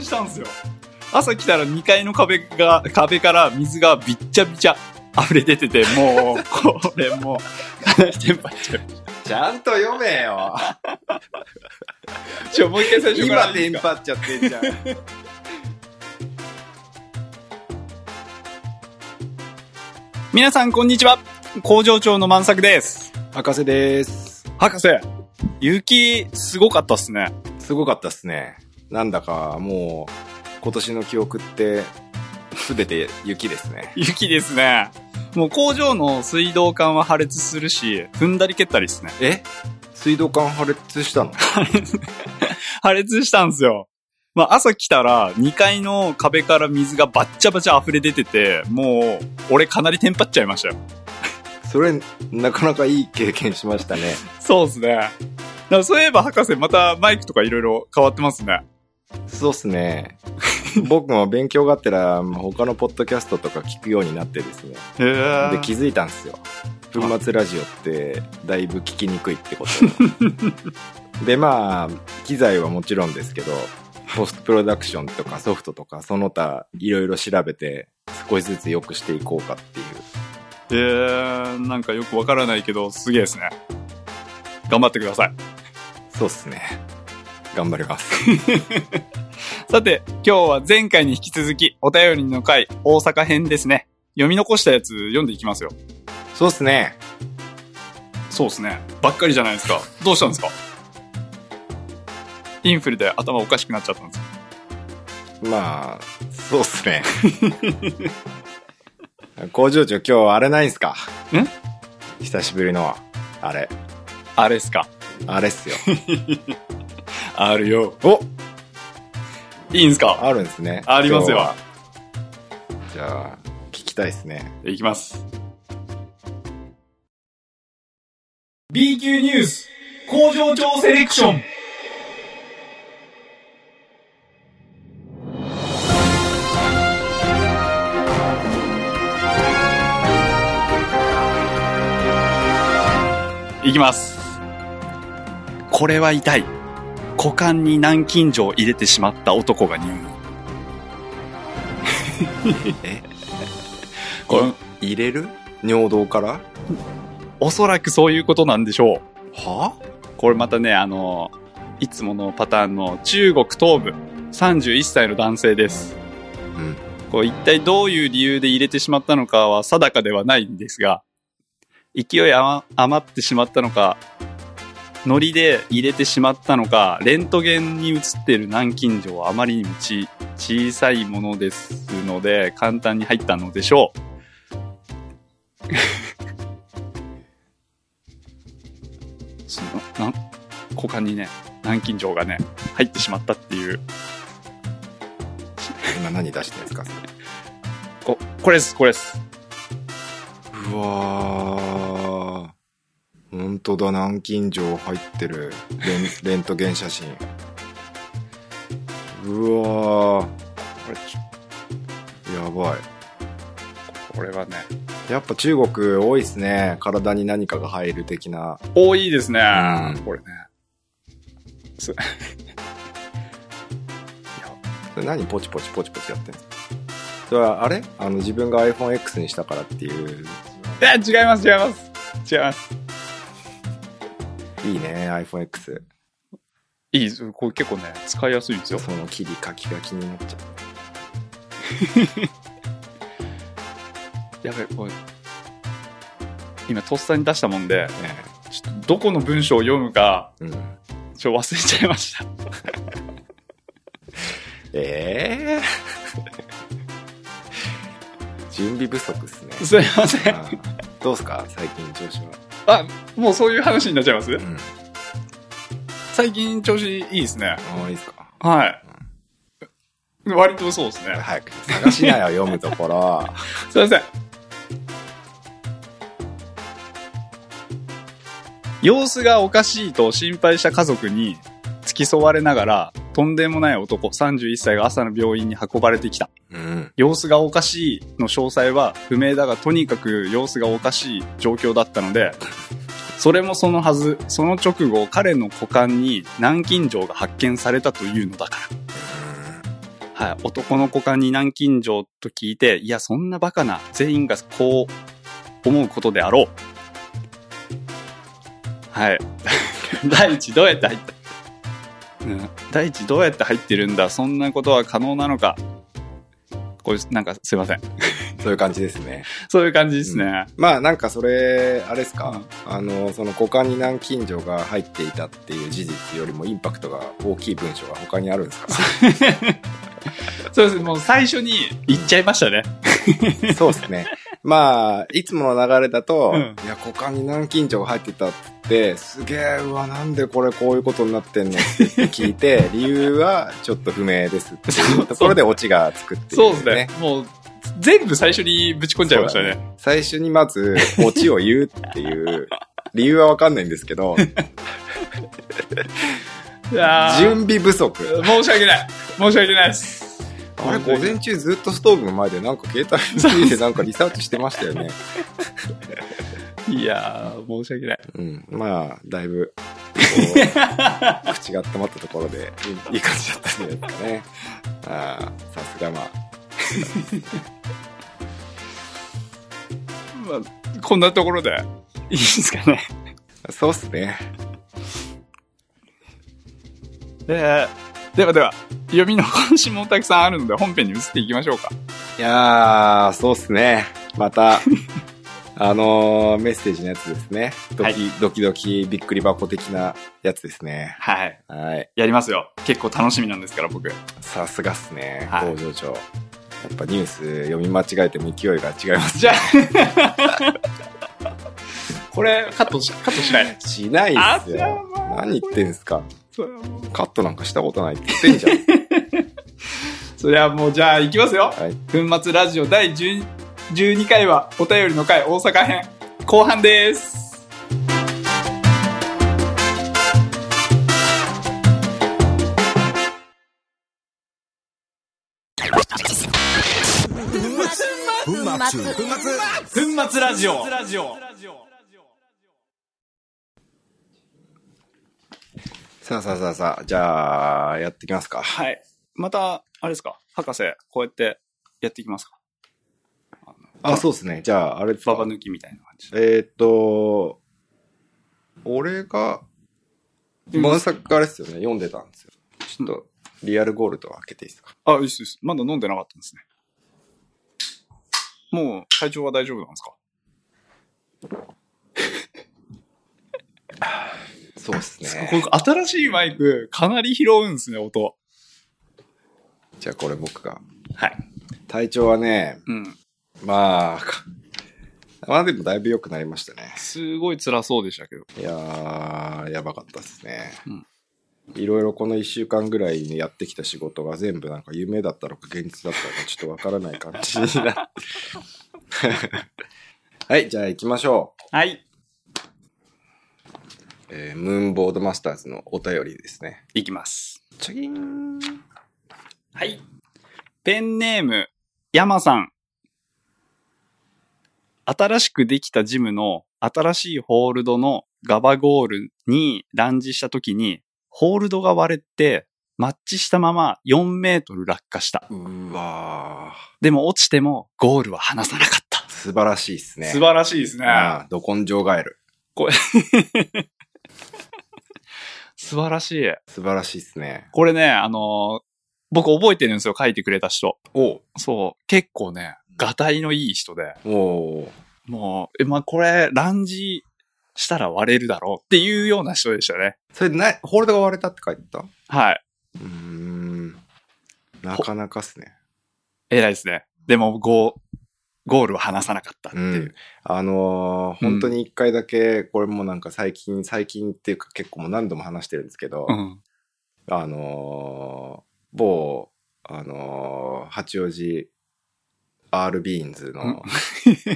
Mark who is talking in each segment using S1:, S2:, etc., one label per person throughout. S1: したんですよ。朝来たら2階の壁が、壁から水がびっちゃびちゃ溢れ出てて、もう、これもう、 かなりテンパっちゃう。
S2: ちゃんと読めよ。
S1: ちょ、もう一回最初から
S2: 今
S1: い
S2: テ
S1: いです
S2: ン
S1: か。
S2: パっちゃってんじゃん。
S1: 皆さん、こんにちは。工場長の万作です。
S2: 博士です。
S1: 博士、雪、すごかったっすね。
S2: すごかったっすね。なんだか、もう、今年の記憶って、すべて雪ですね。
S1: 雪ですね。もう工場の水道管は破裂するし、踏んだり蹴ったりですね。
S2: え水道管破裂したの
S1: 破裂したんですよ。まあ、朝来たら、2階の壁から水がバッチャバチャ溢れ出てて、もう、俺かなりテンパっちゃいましたよ。
S2: それ、なかなかいい経験しましたね。
S1: そうですね。だからそういえば博士、またマイクとかいろいろ変わってますね。
S2: そうっすね。僕も勉強があってら、他のポッドキャストとか聞くようになってですね。
S1: へー
S2: で、気づいたんですよ。粉末ラジオって、だいぶ聞きにくいってこと。で、まあ、機材はもちろんですけど、ポストプロダクションとかソフトとか、その他、いろいろ調べて、少しずつ良くしていこうかっていう。
S1: えー、なんかよくわからないけど、すげえですね。頑張ってください。
S2: そうっすね。頑張ります。
S1: さて、今日は前回に引き続き、お便りの回、大阪編ですね。読み残したやつ読んでいきますよ。
S2: そうっすね。
S1: そうですね。ばっかりじゃないですか。どうしたんですかインフルで頭おかしくなっちゃったんですか
S2: まあ、そうっすね。工場長今日あれないんすか久しぶりの、あれ、
S1: あれっすか
S2: あれっすよ。
S1: あるよ。
S2: お
S1: いいんすか
S2: あるんですね。
S1: ありますよ
S2: 今日は。じゃあ、聞きたいっすね。
S1: いきます。B 級ニュース工場長セレクションいきます。これは痛い。股間に南京錠を入れてしまった男が入院。
S2: え
S1: これ、
S2: 入れる尿道から
S1: おそらくそういうことなんでしょう。
S2: は
S1: これまたね、あの、いつものパターンの中国東部、31歳の男性です。
S2: うん。
S1: こう一体どういう理由で入れてしまったのかは定かではないんですが、勢い余余ってしまったのか、ノリで入れてしまったのか、レントゲンに映っている南京錠はあまりにもち小さいものですので、簡単に入ったのでしょう。 その、な、股間にね、南京錠がね、入ってしまったっていう。
S2: 今何出してんすかそれ
S1: こ、これです、これです。
S2: うわー。ほんとだ、南京錠入ってる。レン レントゲン写真。うわー。
S1: これ、
S2: やばい。
S1: これはね、
S2: やっぱ中国多いっすね。体に何かが入る的な。
S1: 多いですね
S2: うん。
S1: これね。すいや
S2: それ何ポチポチポチポチやってんのそれはあれあの自分が iPhoneX にしたからっていう。
S1: え違います、違います。違います。
S2: いいね、iPhoneX。
S1: いいです。これ結構ね、使いやすいんですよ。
S2: その切り書きが気になっちゃう。
S1: やべえ、これ。今、とっさに出したもんで、
S2: ね
S1: ちょっとどこの文章を読むか、
S2: うん、
S1: ちょ、忘れちゃいました。
S2: ええ 準備不足っすね。
S1: すいません。
S2: あーどうすか最近調子は。
S1: あ、もうそういう話になっちゃいます
S2: うん。
S1: 最近調子いいですね。
S2: ああ、いいっすか
S1: はい。割とそうですね。
S2: 早く探しなよ、読むところ。
S1: すいません。様子がおかしいと心配した家族に付き添われながら、とんでもない男31歳が朝の病院に運ばれてきた。
S2: うん。
S1: 様子がおかしいの詳細は不明だが、とにかく様子がおかしい状況だったので、 それもそのはず、その直後、彼の股間に南京錠が発見されたというのだから。はい、男の子が二南近所と聞いて、いや、そんなバカな、全員がこう思うことであろう。はい。 第一、どうやって入った、うん、第一、どうやって入ってるんだそんなことは可能なのかこれ、なんか、すいません。
S2: そういう感じですね。
S1: そういう感じですね。
S2: まあなんかそれ、あれですか、
S1: うん
S2: あの、その股間に南近所が入っていたっていう事実よりもインパクトが大きい文章が他にあるんですか
S1: そうです。もう最初に言っちゃいましたね。
S2: そうですね。まあ、いつもの流れだと、
S1: うん
S2: いや、股間に南近所が入ってたって言って、すげえ、うわ、なんでこれこういうことになってんのって聞いて、理由はちょっと不明ですっていうところでオチがつくっていう、
S1: そうですね。もう、全部最初にぶち込んじゃいました
S2: そう
S1: ね。
S2: 最初にまず、オチを言うっていう、理由はわかんないんですけ ど、
S1: いやー
S2: 準備不足。
S1: 申し訳ない。申し訳ないです。
S2: あれ、午前中ずっとストーブの前でなんか携帯についてなんかリサーチしてましたよね。
S1: いやー、申し訳ない。
S2: うん。まあ、だいぶ、こ う口が温まったところで、いいいい感じだったんじゃないですかね。ああ、さすがまあ。
S1: まあ、こんなところで、いいですか ね。
S2: そうっすね。
S1: で、ではでは、読みの関心もたくさんあるので、本編に移っていきましょうか。
S2: いやー、そうっすね。ま た、あのーメッセージのやつですね。ドキ、
S1: はい
S2: ドキドキびっくり箱的なやつですね。
S1: はい。
S2: はい。
S1: やりますよ。結構楽しみなんですから、僕。
S2: さすがっすね。
S1: は
S2: 工
S1: い
S2: 場長。やっぱニュース読み間違えても勢いが違います。
S1: じゃあ、 これ、カットし、カットしない。
S2: しないっす
S1: あや
S2: よ。
S1: ばい
S2: 何言ってんすか。
S1: それはもう、
S2: カットなんかしたことないって言ってん じゃん。
S1: それはもうじゃあ、いきますよ。
S2: はい。
S1: 粉末ラジオ第10 12回は、お便りの回大阪編、後半です。
S3: 粉末粉末
S1: 粉末ラジオ。
S2: さあさあさあさあ、じゃあ、やってきますか。
S1: はい。また、あれですか博士、こうやってやっていきますか
S2: あ、そうですね。じゃあ、あれです
S1: バ
S2: か
S1: バ抜きみたいな感じで。
S2: えーっと、俺が、まさかあれっすよね。読んでたんですよ。ちょっと、リアルゴールドを開けていいですか。
S1: あ、いいっすいいっす。まだ飲んでなかったんですね。もう、体調は大丈夫なんですか
S2: そうです
S1: これ
S2: ね。
S1: 新しいマイク、かなり拾うんですね、音。
S2: じゃあ、これ僕が。
S1: はい。
S2: 体調はね、
S1: うん。
S2: まあ、かまあでもだいぶ良くなりましたね。
S1: すごい辛そうでしたけど。
S2: いやー、やばかったですね
S1: うん。
S2: いろいろこの1週間ぐらいにやってきた仕事が全部なんか夢だったのか現実だったのかちょっとわからない感じになって。 はい、じゃあ行きましょう。
S1: はい。
S2: えームーンボードマスターズのお便りですね。
S1: いきます。
S2: チャギン
S1: はい。ペンネーム、ヤマさん。新しくできたジムの新しいホールドのガバゴールにランジした時に、ホールドが割れて、マッチしたまま4メートル落下した。
S2: うわ
S1: でも落ちてもゴールは離さなかった
S2: ー。素晴らしいですね。
S1: 素晴らしいですね。
S2: あーど根性ガエル。
S1: 素晴らしい。
S2: 素晴らしいですね。
S1: これね、あのー僕覚えてるんですよ、書いてくれた人。
S2: お
S1: そう、結構ね、ガタイのいい人で。
S2: おー
S1: もう、え、まあ、これ、ランジしたら割れるだろうっていうような人でしたね。
S2: それな、ホールドが割れたって書いてたう
S1: はい。
S2: ーん。なかなかっすね。
S1: 偉いですね。でも、ゴー、ゴールは離さなかったって
S2: う
S1: い
S2: ん
S1: う。、
S2: あのー
S1: うん
S2: 本当に一回だけ、これもなんか最近、最近っていうか結構もう何度も話してるんですけど、
S1: うん。
S2: あのー某、あのー八王子 R ビーンズ
S1: うん
S2: の
S1: うん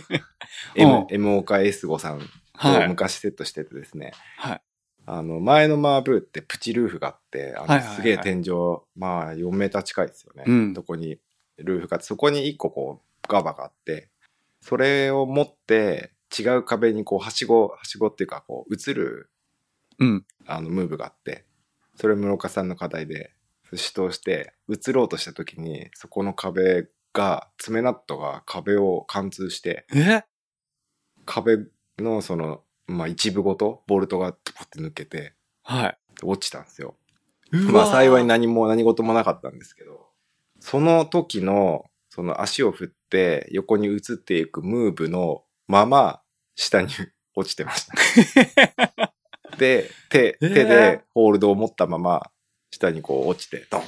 S2: M, M 岡 S 5さん
S1: は
S2: と
S1: い。
S2: 昔セットしててですね、
S1: はい
S2: あの前のマーブーってプチルーフがあってあ
S1: はい
S2: の
S1: はいはい
S2: すげえ天井、まあ4メーター近いですよね、
S1: うん
S2: どこにルーフがあってそこに1個こうガバがあってそれを持って違う壁にこうはしごはしごっていうかこう映る
S1: うん。
S2: あのムーブがあってそれ室岡さんの課題で寿司通して移ろうとした時にそこの壁が爪ナットが壁を貫通して
S1: え
S2: 壁のその、まあ、一部ごとボルトがポって抜けて
S1: はい。
S2: 落ちたんですよ。
S1: う
S2: まあ幸い
S1: に。
S2: 何も何事もなかったんですけど、その時の、その足を振って横に移っていくムーブのまま下に 落ちてま した。で、手、
S1: えー
S2: 手でホールドを持ったまま下にこう落ちて、ドン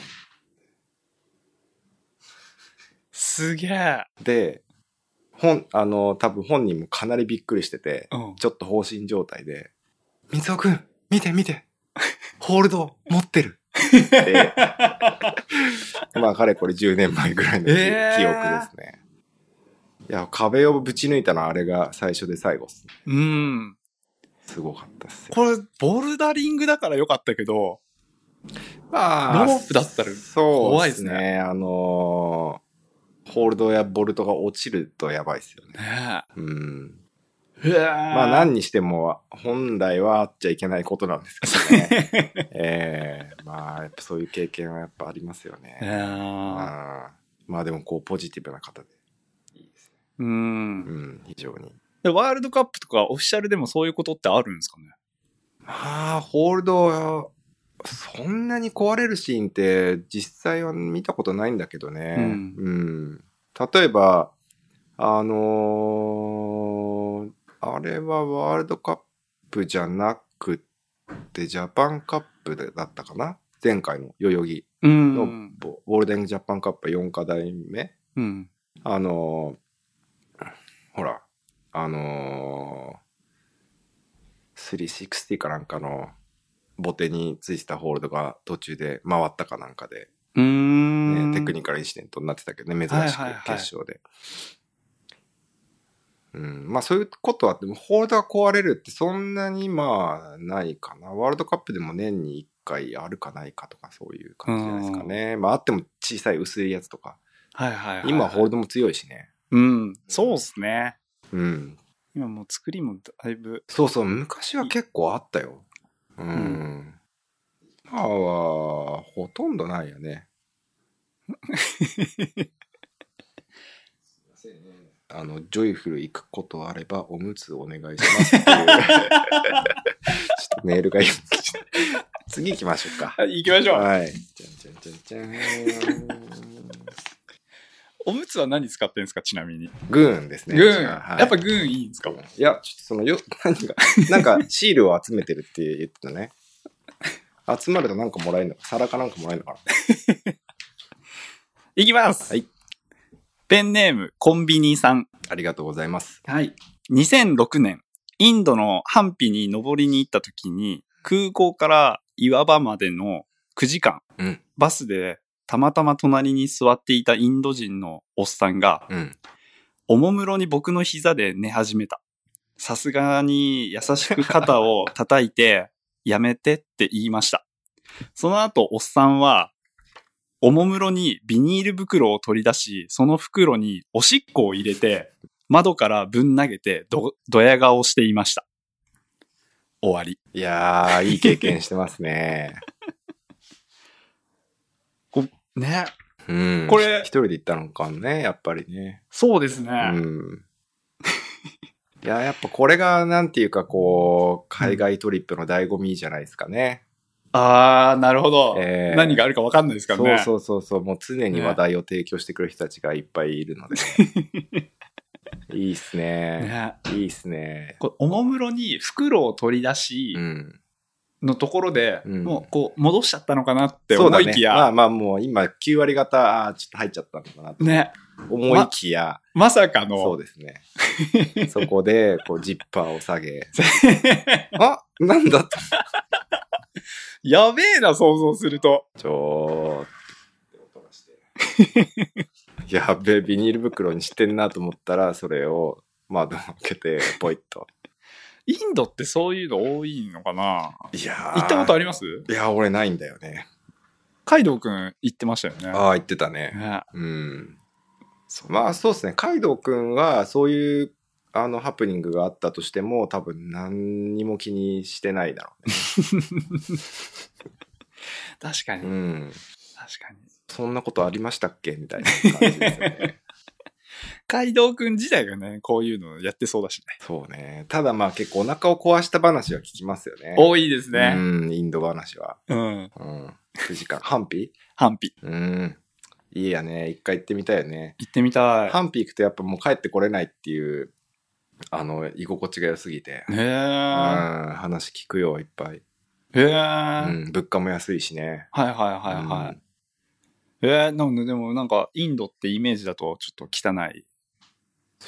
S1: すげえ。
S2: で、本、あの、多分本人もかなりびっくりしてて、
S1: うん。
S2: ちょっと放心状態で、水尾くん、見て見て、ホールド持ってる。って まあ、かれこれ10年前ぐらいの記,、
S1: えー
S2: 記憶ですね。いや、壁をぶち抜いたのはあれが最初で最後っすね。
S1: うん。
S2: すごかったっすよ。
S1: これ、ボルダリングだからよかったけど、
S2: まあ
S1: ロープだったら
S2: そう
S1: 怖い
S2: で
S1: っ
S2: す
S1: す
S2: ね。
S1: ね
S2: あのーホールドやボルトが落ちるとやばいっすよね。
S1: ね
S2: うん。
S1: え。へえ。
S2: まあ、
S1: ま
S2: 何にしても、本来はあっちゃいけないことなんですけどね。ええまあ、やっぱそういう経験はやっぱありますよね。
S1: な
S2: うんまあでもこうポジティブな方で、
S1: うん
S2: う。ん、非常に。
S1: でワールドカップとかオフィシャルでもそういうことってあるんですかね
S2: まあ、ホールド、そんなに壊れるシーンって実際は見たことないんだけどね。
S1: うん
S2: うん例えば、あのーあれはワールドカップじゃなくて、ジャパンカップだったかな前回の代々木
S1: う
S2: のボボールデンジャパンカップ4課題目
S1: うん。
S2: あのーほら、あのー、360かなんかのボテについてたホールドが途中で回ったかなんかで、
S1: うー
S2: ね
S1: ん。
S2: テクニカルインシデントになってたけどね、珍しく
S1: はいはいはい
S2: 決勝で。うん、まあそういうことはあってもホールドが壊れるってそんなにまあないかなワールドカップでも年に1回あるかないかとかそういう感じじゃないですかねまああっても小さい薄いやつとか
S1: はいはいはい。
S2: 今はホールドも強いしね
S1: うん。そうっすね。
S2: うん
S1: 今もう作りもだいぶ。
S2: そうそう、昔は結構あったよ。うん。
S1: ん
S2: 今は、ほとんどないよ ね。あの、ジョイフル行くことあれば、おむつお願いしますっていう。ちょっとメールがいい。次行きましょうか。
S1: はい、行きましょう。
S2: はい。じゃんじゃんじゃんじゃん。
S1: おむつは何使ってんですかちなみに。
S2: グーンですね。
S1: グーン。
S2: はい
S1: やっぱグーンいいんですか
S2: いや、ちょっとそのよ、何か、なんかシールを集めてるって言ってたね。集まるとなんかもらえるのか、皿かなんかもらえるのかな。
S1: いきます。
S2: はい。
S1: ペンネーム、コンビニさん。
S2: ありがとうございます。
S1: はい。2006年、インドのハンピに登りに行った時に、空港から岩場までの9時間、
S2: うん
S1: バスでたまたま隣に座っていたインド人のおっさんが、
S2: うん。
S1: おもむろに僕の膝で寝始めた。さすがに優しく肩を叩いて、 やめてって言いました。その後、おっさんは、おもむろにビニール袋を取り出し、その袋におしっこを入れて、窓からぶん投げてど、ドヤ顔していました。終わり。
S2: いやー、いい経験してますね。
S1: ね。
S2: うん。
S1: これ
S2: 一人で行ったのかね、やっぱりね。
S1: そうです
S2: う
S1: ね。
S2: ん。いや、やっぱこれが、なんていうか、こう、海外トリップの醍醐味じゃないですかね。
S1: あー、なるほど。
S2: えー
S1: 何があるかわかんないですから
S2: そう
S1: ね。
S2: そうそうそう、もう常に話題を提供してくれる人たちがいっぱいいるので。いいっすね。
S1: ね
S2: いいっすね。
S1: こうおもむろに袋を取り出し、
S2: うん。
S1: のところで、
S2: うん
S1: もうこう戻しちゃったのかなって
S2: そうだ
S1: 思
S2: ね
S1: いきや、
S2: まあまあもう今9割方、あーちょっと入っちゃったのかなと
S1: ね
S2: 思いきや、
S1: まさか
S2: そう
S1: の、
S2: ですね。 そこで、こう、ジッパーを下げ、あなんだと。
S1: やべえな、想像すると。
S2: ちょーって音がして。 やべえ、ビニール袋にしてんなと思ったら、それを窓を開けて、ポイッと。
S1: インドってそういうの多いのかない
S2: や
S1: 行ったことあ
S2: り
S1: ります
S2: いや、俺ないんだよね。
S1: カイドウくん行ってましたよね。
S2: ああ、言ってたね。
S1: ね
S2: うん。まあそうですね、カイドウくんはそういうあのハプニングがあったとしても、多分何にも気にしてないだろ
S1: 確か
S2: うね。
S1: に、
S2: うん。
S1: 確かに。
S2: そんなことありましたっけみたいな感じですよ ね。
S1: カイドウくん自体がね、こういうのやってそうだしね。
S2: そうね。ただまあ結構お腹を壊した話は聞きますよね。
S1: 多いです
S2: う
S1: ね。
S2: ん、インド話は。
S1: うん。
S2: うん。9時間。ハンピ
S1: ハンピ。
S2: うん。いいやね。一回行ってみたいよね。
S1: 行ってみた
S2: ハンピ行くとやっぱもう帰ってこれないっていう、あの、居心地が良すぎて。
S1: い。へ
S2: うん、
S1: え。
S2: 話聞くよ、いっぱい。
S1: へえ。
S2: う
S1: はい
S2: ん、物価も安いしね。
S1: はいはいはい。えー、なんででもなんかインドってイメージだとちょっと汚い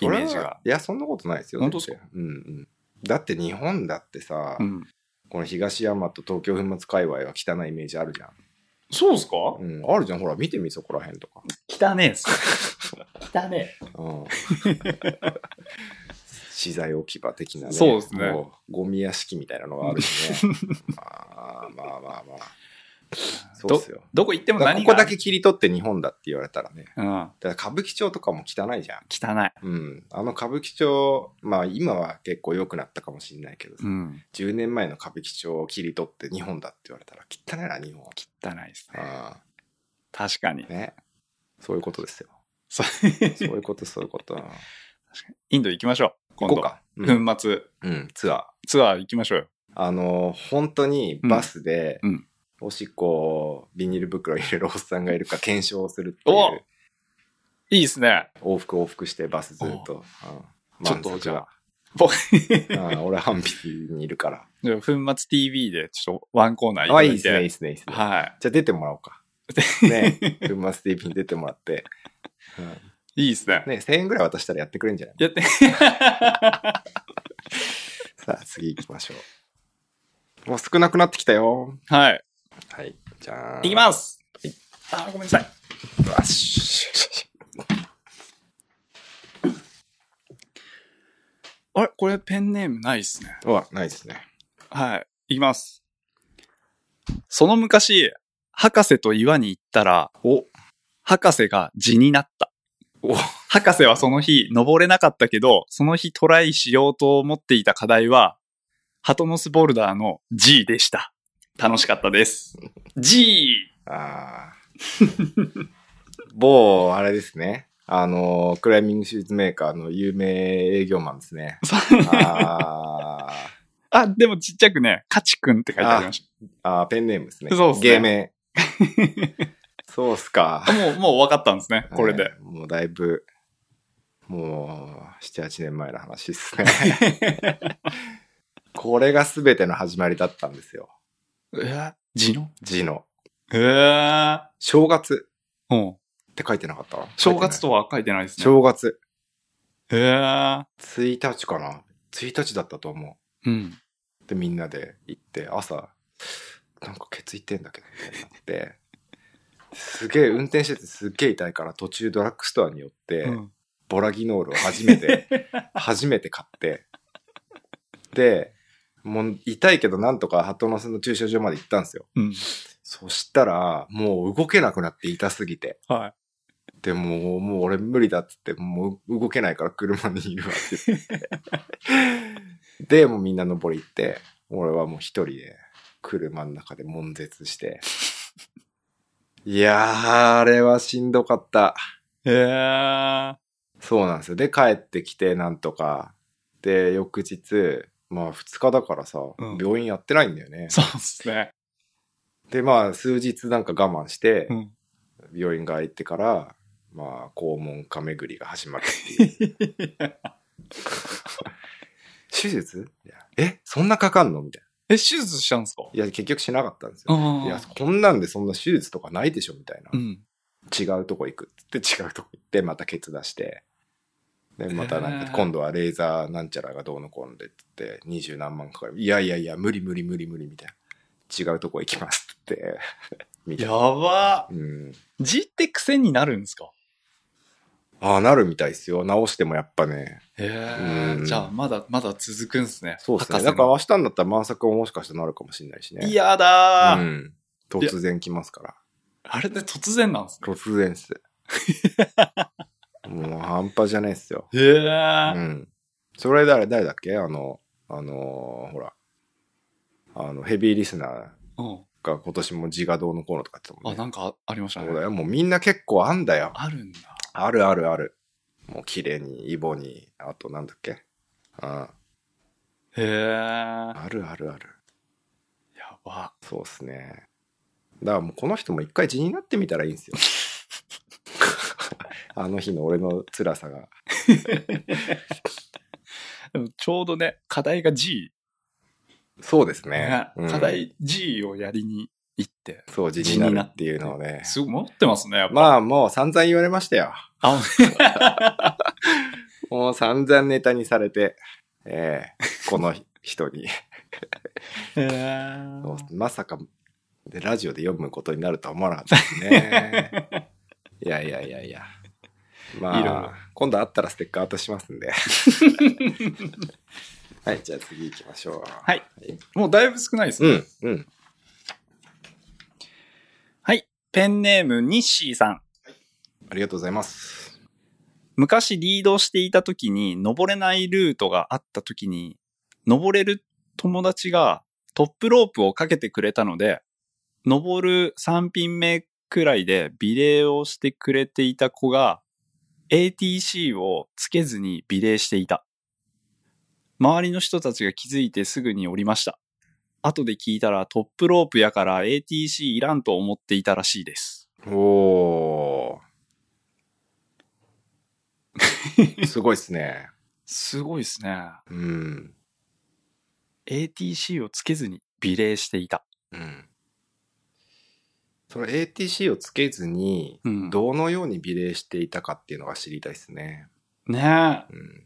S1: イ
S2: イ
S1: メ
S2: メ
S1: ー
S2: ー
S1: ジ
S2: ジ
S1: が
S2: が。。いや、そんなことないですよ。
S1: 本当ですか
S2: 全然うんうん。だって日本だってさ、
S1: うん、
S2: この東山と東京粉末界隈は汚いイメージあるじゃん。
S1: そうですか
S2: うん、あるじゃん。ほら、見てみ、そこら辺とか。
S1: 汚ねえっす。汚ねえ。
S2: うん。 資材置き場的なね。
S1: そうですね
S2: もうゴミ屋敷みたいなのがある しね。まあまあまあまあ。そうっすよ。
S1: どこ行っても
S2: だから
S1: 何
S2: こ
S1: が
S2: こだけ切り取って日本だって言われたらね。
S1: うん、
S2: だから歌舞伎町とかも汚いじゃん。
S1: 汚
S2: うん。あの歌舞伎町、まあ今は結構良くなったかもしれないけどさ
S1: い。うん。
S2: 10年前の歌舞伎町を切り取って日本だって言われたら汚いな日本
S1: 汚いですね。
S2: あ
S1: 確かに
S2: あ。ねそういうことです よ
S1: そう
S2: そういうことそういうこと
S1: インド行きましょう。今
S2: 行こ
S1: 度。
S2: うか、うん
S1: 粉末
S2: うん、ツアー
S1: ツアー行きましょうよ。
S2: あの本当にバスで、
S1: うんうん
S2: おしっこをビニール袋に入れるおっさんがいるか検証するっていう
S1: いいですね。
S2: 往復往復してバスずっと、うん、
S1: ちょっとじゃあ
S2: 満
S1: 僕
S2: 足だうん俺ハンピにいる から
S1: じゃあ粉末 TV でちょっとワンコーナー
S2: あいい
S1: だ
S2: ですねいいですねいいですね
S1: は
S2: じゃあ出てもらおうか ね粉末 TV に出てもらって、うん
S1: い。いいですね。
S2: ね、1000円ぐらい渡したらやってくれるんじゃない
S1: やって。
S2: さあ、次行きましょう。もう少なくなってきたよ。
S1: はい。
S2: はい。じゃあ。
S1: 行きますあー、ごめんなさい。
S2: わっし
S1: あれこれペンネームないですね。
S2: うわ、ないですね。
S1: はい。行きます。その昔、博士と岩に行ったら、
S2: お、
S1: 博士が地になった。
S2: お、
S1: 博士はその日登れなかったけど、その日トライしようと思っていた課題は、ハトノスボルダーの G でした。楽しかったです。G!
S2: あー 某、あれですね。あの、クライミングシューズメーカーの有名営業マンです ね。あ
S1: あ、でもちっちゃくね、カチ君って書いてありまし
S2: ーあー、ペンネームですね。
S1: そうっすね
S2: 芸 名。そうっすか
S1: た。。もう、もう分かったんですね、これで。
S2: はいもうだいぶ、もう、7、8年前の話ですね。これが全ての始まりだったんですよ。
S1: え字の
S2: 字の。
S1: へえ。
S2: 正月
S1: うん。
S2: って書いてなかった
S1: 正月
S2: と。
S1: とは書いてないですね。
S2: 正月。
S1: へえ。
S2: 1日かな ?1 日だったと思
S1: うん。
S2: う。で、みんなで行って、朝、なんかケツいってんだけど、みたいになって。すげえ、運転しててすっげえ痛いから、途中ドラッグストアに寄って、
S1: うん
S2: ボラギノールを初め て、初めて買って、で、もう痛いけどなんとか鳩の巣の駐車場まで行ったんですよ。
S1: うん。
S2: そしたら、もう動けなくなって痛すぎて。
S1: はい。
S2: でもう、もう俺無理だっつって、もう動けないから車にいるわって言 って。で、もうみんな登り行って、俺はもう一人で車の中で悶絶して。いやー、あれはしんどかった。
S1: へえ。
S2: そうなんですよ。で、帰ってきて、なんとか。で、翌日、まあ、2日だからさ、
S1: うん
S2: 病院やってないんだよね。
S1: そうですね。
S2: で、まあ、数日なんか我慢して、
S1: うん。
S2: 病院が行ってから、まあ、肛門科巡りが始まるっていう。 手術いやえそんなかかんのみたい
S1: え、手術したんですか
S2: な。いや、結局しなかったんですよ。
S1: あ
S2: いや、こんなんでそんな手術とかないでしょみたいな。
S1: うん。
S2: 違うとこ行くっつって違うとこ行ってまたケツ出してでまたなん
S1: へ
S2: か
S1: ー
S2: 今度はレーザーなんちゃらがどうのこうのでっつって二十何万かかるいやいやいや無理無理無理無理みたいな違うとこ行きますって みたい
S1: や
S2: な
S1: ば
S2: うん
S1: 字って癖になるんですか
S2: ああなるみたいですよ直してもやっぱね
S1: へ
S2: う
S1: え。
S2: ん
S1: じゃあ、まだ、まだ続くんすね。
S2: そうですね
S1: 博士の
S2: だから明日になったら満作ももしかしたらなるかもしれないしね
S1: 嫌だ
S2: う
S1: ー
S2: ん突然来ますから
S1: あれで突然なんですね。
S2: 突然っ すもう半端じゃないっすよ
S1: へ
S2: う
S1: え。
S2: ん。それ誰、誰だっけあの、あのーほら、あの、ヘビーリスナー
S1: うん。
S2: が今年も自画堂のコーナーとかやってたもん
S1: あ、
S2: ね。
S1: なんかありました
S2: そうだ
S1: ね。
S2: よ。もうみんな結構あんだよ。
S1: あるんだ。
S2: あるあるある。もう綺麗に、イボに、あとなんだっけ。あ
S1: へえ。
S2: あるあるある。
S1: やば。
S2: そうっすね。だからもうこの人も一回地になってみたらいいんです よ。あの日の俺の辛さが。
S1: でもちょうどね、課題が G。
S2: そうですね
S1: ね。
S2: うん
S1: 課題 G をやりに行って。
S2: そう、地になるっていうのをね。
S1: すごい持ってますね、やっぱ。
S2: まあもう散々言われましたよ。
S1: あ、
S2: もう散々ネタにされて、ええこの人に。
S1: へえ。
S2: そうまさかで、ラジオで読むことになるとは思わなかったですね。 いやいやいやいや。まあ、
S1: いろいろ
S2: 今度会ったらステッカー渡します んで。はい、じゃあ次行きましょう。
S1: はい。もうだいぶ少ないですね。
S2: うん、うん。
S1: はい。ペンネーム、ニッシーさん。
S2: ありがとうございます。
S1: 昔リードしていた時に登れないルートがあった時に登れる友達がトップロープをかけてくれたので登る3品目くらいで美礼をしてくれていた子が ATC をつけずに美礼していた周りの人たちが気づいてすぐに降りました後で聞いたらトップロープやから ATC いらんと思っていたらしいです
S2: おー。 すごいっすね。
S1: すごいですね
S2: うん。
S1: ATC をつけずに美礼していた
S2: うん。その ATC をつけずに、
S1: うん
S2: どのように美礼していたかっていうのが知りたいですね。
S1: ねえ。
S2: うん。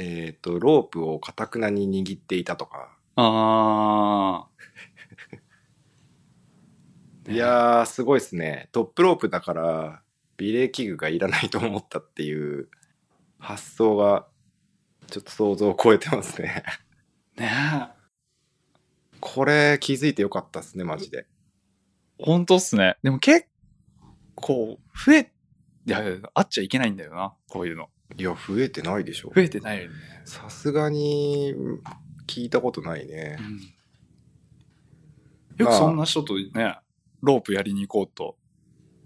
S2: えっ、と、ロープをかたくなに握っていたとか。
S1: ああ。
S2: いやー、すごいですね。トップロープだから、美礼器具がいらないと思ったっていう発想が、ちょっと想像を超えてますね。
S1: ねえ。
S2: これ気づいてよかったですね、マジで。
S1: ほんとっすね。でも結構、増え、いや、あっちゃいけないんだよな。こういうの。
S2: いや、増えてないでしょ
S1: 増。えてないよね。
S2: さすがに、聞いたことないね。
S1: よくそんな人とね、ロープやりに行こうと。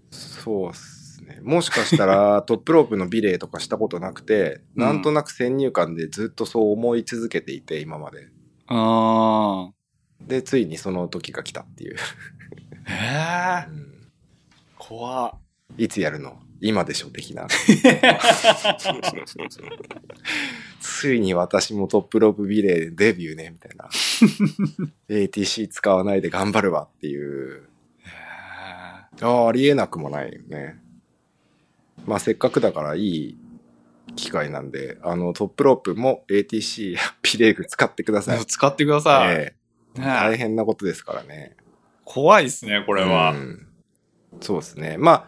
S2: そうっすね。もしかしたら、 トップロープの美礼とかしたことなくて、
S1: うん
S2: なんとなく先入観でずっとそう思い続けていて、今まで。
S1: あ
S2: で、ついにその時が来たっていう。
S1: あ。へえ。怖っ
S2: いつやるの今でしょ的な。ついに私もトップロープビレーでデビューね、みたい な。ATC 使わないで頑張るわっていう。
S1: へえ。
S2: ああ、ありえなくもないよね。まあせっかくだからいい機会なんで、あのトップロープも ATC ビレーグ使ってください
S1: もう。使ってください。
S2: ええ
S1: ねえ
S2: 大変なことですからね。
S1: 怖いっすね、こ
S2: こ
S1: れは。
S2: そうですね。まあ、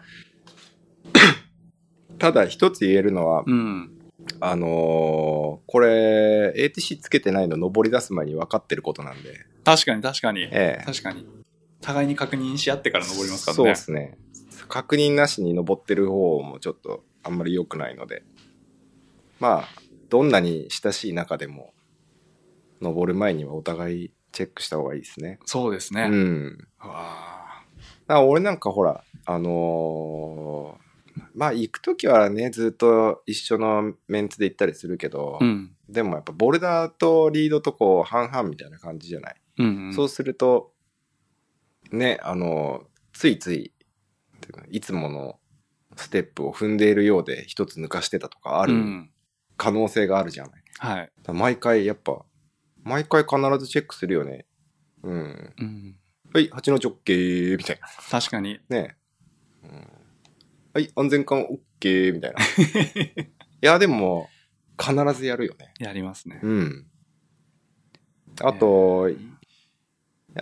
S2: ただ一つ言えるのは、
S1: うん。
S2: あのーこれ、ATC つけてないの登り出す前に分かってることなんで、
S1: 確かに確かに。
S2: ええ。
S1: 確かに。互いに確認し合ってから登りますからね。
S2: そうですね。確認なしに登ってる方もちょっとあんまり良くないので、まあ、どんなに親しい中でも、登る前にはお互いチェックした方がいいですね。
S1: そうです
S2: う
S1: ね。
S2: ん。
S1: わ
S2: あ俺なんかほらあのーまあ行く時はねずっと一緒のメンツで行ったりするけど、
S1: あうん。
S2: でもやっぱボルダーとリードとこう半々みたいな感じじゃない、
S1: うん、うん。
S2: そうするとねあのーついついっていうのいつものステップを踏んでいるようで一つ抜かしてたとかあ
S1: う
S2: る
S1: ん。
S2: 可能性があるじゃない、
S1: はい。
S2: だから毎回やっぱ毎回必ずチェックするよねうん
S1: うん。
S2: はい8の直径みたいな
S1: 確かに。
S2: ねえ、うんはい、安全感 OK みたい な。いや、でも、必ずやるよね。
S1: やりますね。
S2: うん。あと、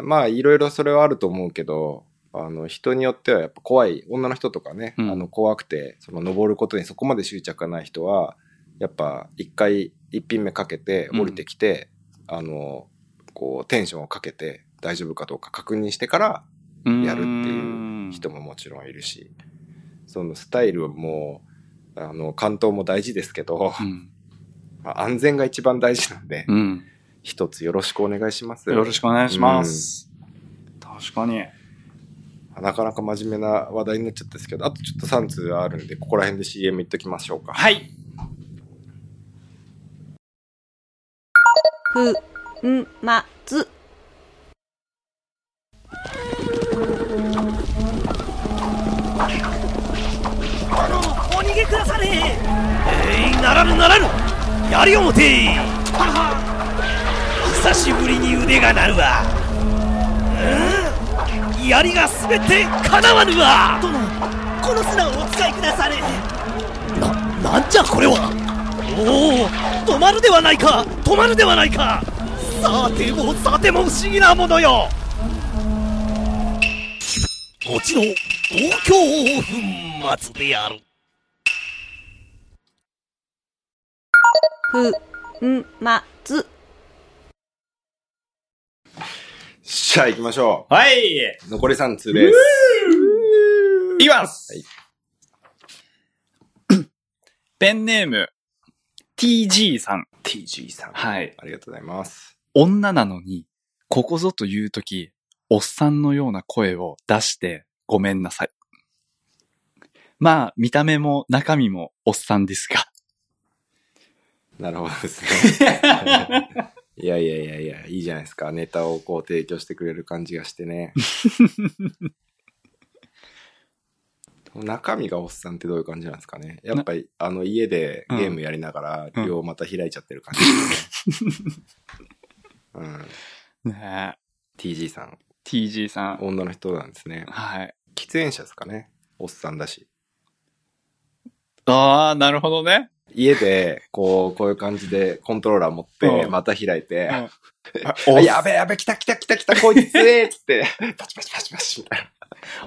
S2: まあ、いろいろそれはあると思うけど、あの人によってはやっぱ怖い女の人とかね、
S1: うん
S2: あの怖くてその登ることにそこまで執着がない人はやっぱ一回一品目かけて降りてきて、あのこうテンションをかけて大丈夫かどうか確認してからやるっていう人ももちろんいるし、そのスタイルも、あの、関東も大事ですけど、
S1: うん。
S2: まあ安全が一番大事なんで、
S1: うん。
S2: 一つよろしくお願いします。
S1: よろしくお願いします。確かに。
S2: なかなか真面目な話題になっちゃったですけど、あとちょっと3通あるんで、ここら辺で CM いっときましょうか。
S1: はい。
S3: ふんまつ
S4: 殿お逃げくだされえいならぬならぬ槍を持てはは久しぶりに腕が鳴るわうん槍が全てかなわぬわ殿この砂をお使いくだされな、なんじゃこれはおお止まるではないか止まるではないかさてもさても不思議なものよ後の東京粉末である
S3: ふんまつ
S2: じゃあ行きましょ
S1: はい。
S2: う。残り3通です。
S1: いきます、
S2: はい
S1: ペンネーム、TG さん。
S2: TG さん。
S1: はい。
S2: ありがとうございます。
S1: 女なのに、ここぞという時、おっさんのような声を出してごめんなさい。まあ、見た目も中身もおっさんですが。
S2: なるほどです ね。いやいやいやいや、いいじゃないですか。ネタをこう提供してくれる感じがしてね。中身がおっさんってどういう感じなんですかね。やっぱり、あの、家でゲームやりなが
S1: う
S2: ら、
S1: ん
S2: 両また開いちゃってる感じです ね。うん。
S1: ね
S2: TG さん、
S1: え、TG さん。
S2: 女の人なんですね。
S1: はい。
S2: 喫煙者ですかね。おっさんだし。
S1: ああ、なるほどね。
S2: 家で、こう、こういう感じでコントローラー持って、
S1: うん
S2: また開いて、
S1: うん
S2: あやべえやべえ、来た来た来た来た、こいつえっつって、パチパチパチパチみたい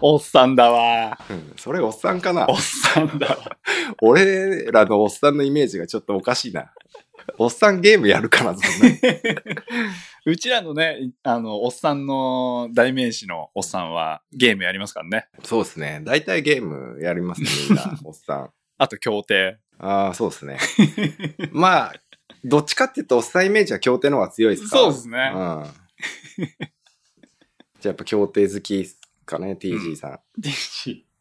S1: おっさんだわ。
S2: な。うんそれおっさんかな
S1: おっさんだわ。
S2: 俺らのおっさんのイメージがちょっとおかしいな。おっさんゲームやるから、そんなに。
S1: うちらのね、あの、おっさんの代名詞のおっさんはゲームやりますからね。
S2: そうですね。大体ゲームやりますね、 みんな、おっさん。
S1: あと、協定。
S2: ああ、そうですね。 まあ、どっちかっていうと、おっさんイメージは協定の方が強いですか
S1: そうですね
S2: うん。じ ゃあやっぱ協定好きっすかね、TG さん。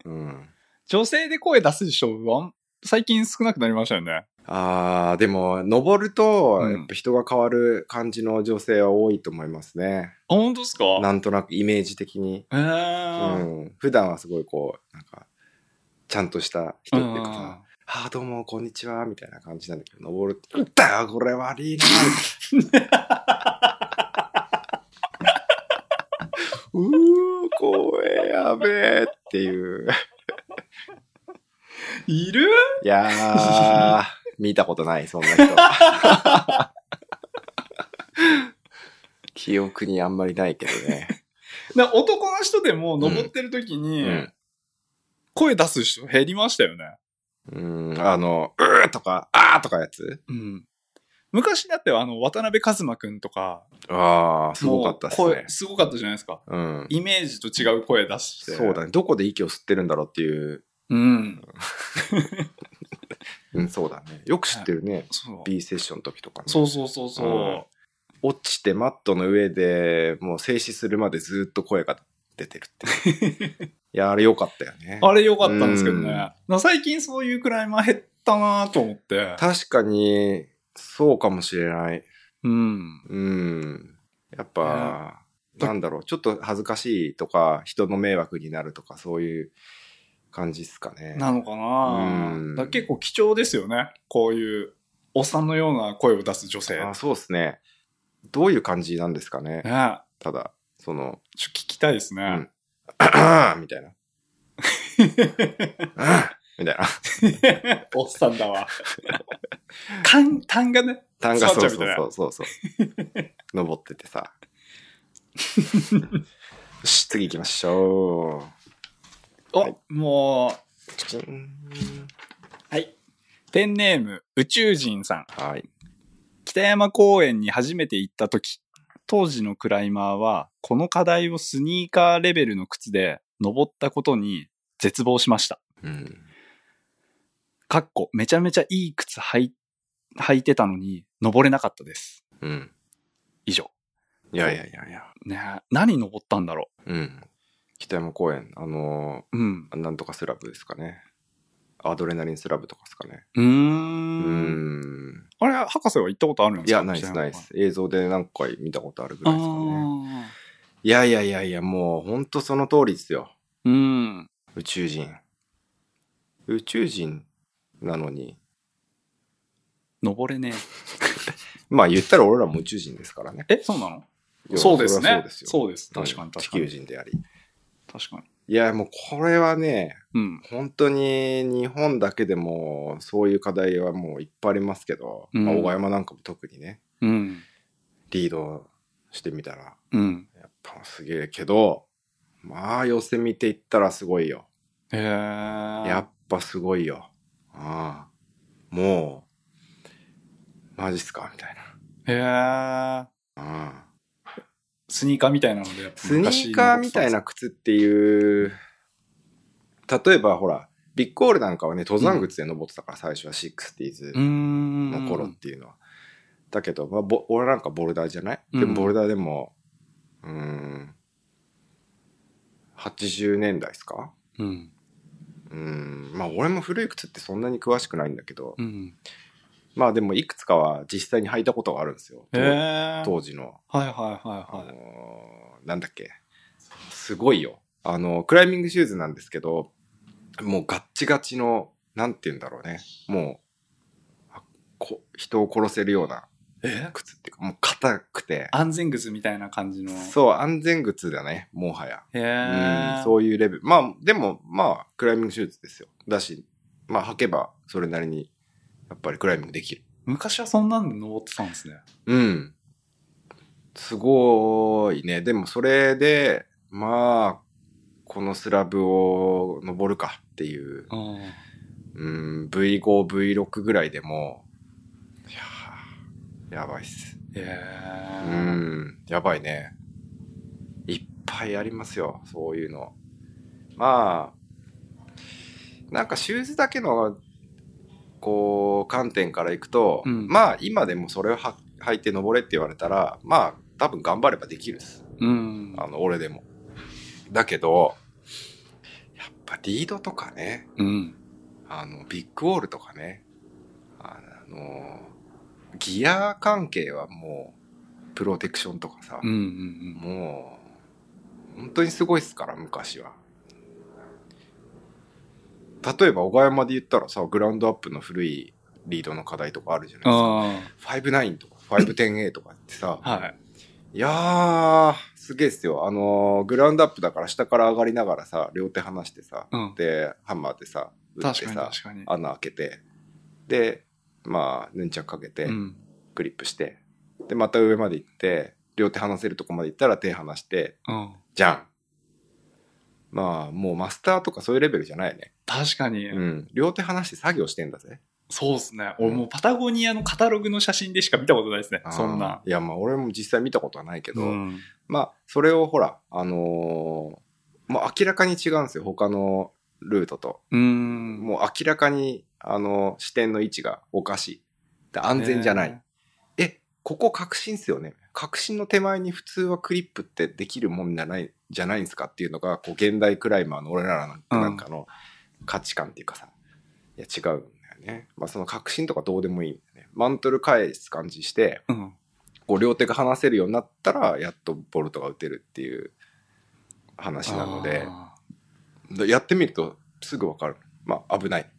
S2: うん。
S1: 女性で声出す人は、最近少なくなりましたよね。
S2: ああ、でも、登ると、
S1: うん
S2: やっぱ人が変わる感じの女性は多いと思いますね。
S1: あ、本当ですか
S2: なんとなくイメージ的に。
S1: え
S2: う
S1: ー
S2: ん。普段はすごいこう、なんか、ちゃんとした人っていうか
S1: うん
S2: さ、ああ、どうも、こんにちは、みたいな感じなんだけど、登ると、うったよ、これ悪いな。 うー、怖え、やべえっていう。
S1: いる
S2: いやー、見たことない、そんな人。 記憶にあんまりないけどね。
S1: な男の人でも登ってる時
S2: う
S1: に、
S2: ん。
S1: 声出す人減りましたよね。
S2: うん、あの、うーとか、あーとかやつ
S1: うん。昔だってあの、渡辺一馬くんとか、
S2: ああ、すごかったっす
S1: もう
S2: ね
S1: 声。すごかったじゃないですか。
S2: うん。
S1: イメージと違う声出して。
S2: そうだね。どこで息を吸ってるんだろうっていう。
S1: うん。
S2: うん、そうだね。よく知ってるね。
S1: そう。
S2: B セッションの時とかね。
S1: そうそうそうそう。
S2: うん落ちてマットの上でもう静止するまでずっと声が出てるって いう。いや、あれよかったよね。
S1: あれ良かったんですけど
S2: うん
S1: ね。な最近そういうクライマー減ったなと思って。
S2: 確かに、そうかもしれない。
S1: うん。
S2: うん。やっぱ、
S1: ね
S2: なんだろう、ちょっと恥ずかしいとか、人の迷惑になるとか、そういう感じっすかね。
S1: なのか
S2: う
S1: なんだから結構貴重ですよね。こういう、おっさんのような声を出す女性。
S2: あそうっすね。どういう感じなんですかね。
S1: ね
S2: ただ、その、
S1: ちょっと聞きたいです
S2: う
S1: ね
S2: ん。み たいな。みたいな。
S1: おっさんだわ。単、単がね。
S2: 単が
S1: 座っ
S2: そ
S1: ちゃ
S2: う
S1: う
S2: そ
S1: みたいうな
S2: そうそうそう。登っててさ。よし、次行きましょ
S1: お、
S2: はい
S1: もう、
S2: う。チチン
S1: はい。ペンネーム、宇宙人さん。
S2: はい。
S1: 北山公園に初めて行った時、当時のクライマーは、この課題をスニーカーレベルの靴で登ったことに絶望しました。
S2: うん。
S1: かっこ、めちゃめちゃいい靴履い履いてたのに、登れなかったです。
S2: うん。
S1: 以上。
S2: いやいやいやいや。
S1: ね何登ったんだろ
S2: うん。北山公園、あの
S1: う。うん。
S2: ーなんとかスラブですかね。アドレナリンスラブとかですかね。
S1: うー。
S2: うんん。
S1: あれ、博士は行ったことあるんで
S2: い
S1: すか
S2: や、ないです、ないで。
S1: 北
S2: す。映像で何回見たことあるぐらい
S1: 山
S2: で
S1: さ
S2: すか
S1: ん
S2: ね。
S1: はあ
S2: いやいやいやいや、もう、ほんとその通りですよ。
S1: ーうん。
S2: 宇宙人。宇宙人なのに、
S1: 登れね
S2: まあ言ったら俺らも宇宙人ですからね。
S1: え。え、そうなのそうです
S2: いやそりゃそ
S1: ね。
S2: う
S1: そ
S2: で
S1: うです。確
S2: すよ。
S1: か
S2: うん
S1: に
S2: 地
S1: 確か
S2: 球
S1: に。
S2: 人であり。
S1: 確かに。
S2: いや、もうこれはね、
S1: うん。
S2: 本当に日本だけでもそういう課題はもういっぱいありますけど、
S1: うん
S2: まあ、小山なんかも特にね
S1: うん。
S2: リードしてみたら
S1: うん。
S2: やっぱすげえけどまあ寄せ見ていったらすごいよ
S1: へえ。
S2: やっぱすごいよああもうマジっすかみたいな
S1: へえ。
S2: ああ
S1: スニーカーみたいなのでやっぱ
S2: スニーカーみたいな靴っていう例えばほらビッグオールなんかはね登山靴で登ってたから最初はシックスティーズの
S1: の
S2: 頃っていうのは。だけど、まあ、ぼ俺なんかボルダーじゃないで
S1: うん
S2: もボルダーでも、うーん、80年代ですか
S1: うん。
S2: うーん、まあ俺も古い靴ってそんなに詳しくないんだけど、
S1: うん。
S2: まあでもいくつかは実際に履いたことがあるんですよ。
S1: へえ。はい
S2: 当時の、
S1: はいはい
S2: あ
S1: はい。
S2: のーなんだっけ。すごいよ。あの、クライミングシューズなんですけど、もうガッチガチの、なんて言うんだろうね。もう、あこ人を殺せるような
S1: え
S2: 靴っていうか、もう硬くて、
S1: 安全靴みたいな感じの。
S2: そう、安全靴だね、もはや。
S1: へ
S2: うん
S1: え。、
S2: そういうレベル。まあ、でも、まあ、クライミングシューズですよ。だし、まあ、履けば、それなりに、やっぱりクライミングできる。
S1: 昔はそんなんで登ってたんですね。
S2: うん。すごいね。でも、それで、まあ、このスラブを登るかっていう、
S1: うん。
S2: うん、V5、V6 ぐらいでも、いやーやばいっす。
S1: へ
S2: う。
S1: え。
S2: ん、やばいね。いっぱいありますよ、そういうの。まあ、なんかシューズだけの、こう、観点からいくと、
S1: うん
S2: まあ、今でもそれをは履いて登れって言われたら、まあ、多分頑張ればできるです。
S1: うん。
S2: あの、俺でも。だけど、やっぱリードとかね、
S1: うん。
S2: あの、ビッグウォールとかね、あの、ギア関係はもう、プロテクションとかさ、
S1: うんうんうん。
S2: もう、本当にすごいっすから、昔は。例えば、小川山で言ったらさ、グラウンドアップの古いリードの課題とかあるじゃない
S1: あ
S2: ですか。59とか、510A とかってさ、
S1: あ。 はい。
S2: いやー、すげえっすよ。あのーグラウンドアップだから下から上がりながらさ、両手離してさ、
S1: うん。
S2: で、ハンマーでさ、打っ
S1: 確
S2: て
S1: かに
S2: さ、
S1: 確かに。
S2: 穴開けてでまあヌンチャクかけて
S1: うん。
S2: クリップして、でまた上まで行って両手離せるとこまで行ったら手離して
S1: うん。
S2: じゃんまあもうマスターとかそういうレベルじゃないね、
S1: 確かに。
S2: うん、両手離して作業してんだぜ
S1: そうですね。俺もうパタゴニアのカタログの写真でしか見たことないですね。そんな
S2: あ。ーいやまあ俺も実際見たことはないけど、
S1: うん。
S2: まあそれをほらあのーもう明らかに違うんですよ他のルートと
S1: うん。
S2: もう明らかにあの視点の位置がおかしいで安全じゃない、
S1: ね
S2: え、ここ確信っすよね。確信の手前に普通はクリップってできるもんじゃない、じゃないんですかっていうのが、こう、現代クライマーの俺らなんか
S1: うん
S2: なんかの価値観っていうかさ、いや、違うんだよね。まあ、その確信とかどうでもいいんだよね。マントル返す感じして、
S1: え。うん。
S2: こう、両手が離せるようになったら、やっとボルトが打てるっていう話なので、
S1: あ
S2: でやってみるとすぐわかる。まあ、危ない。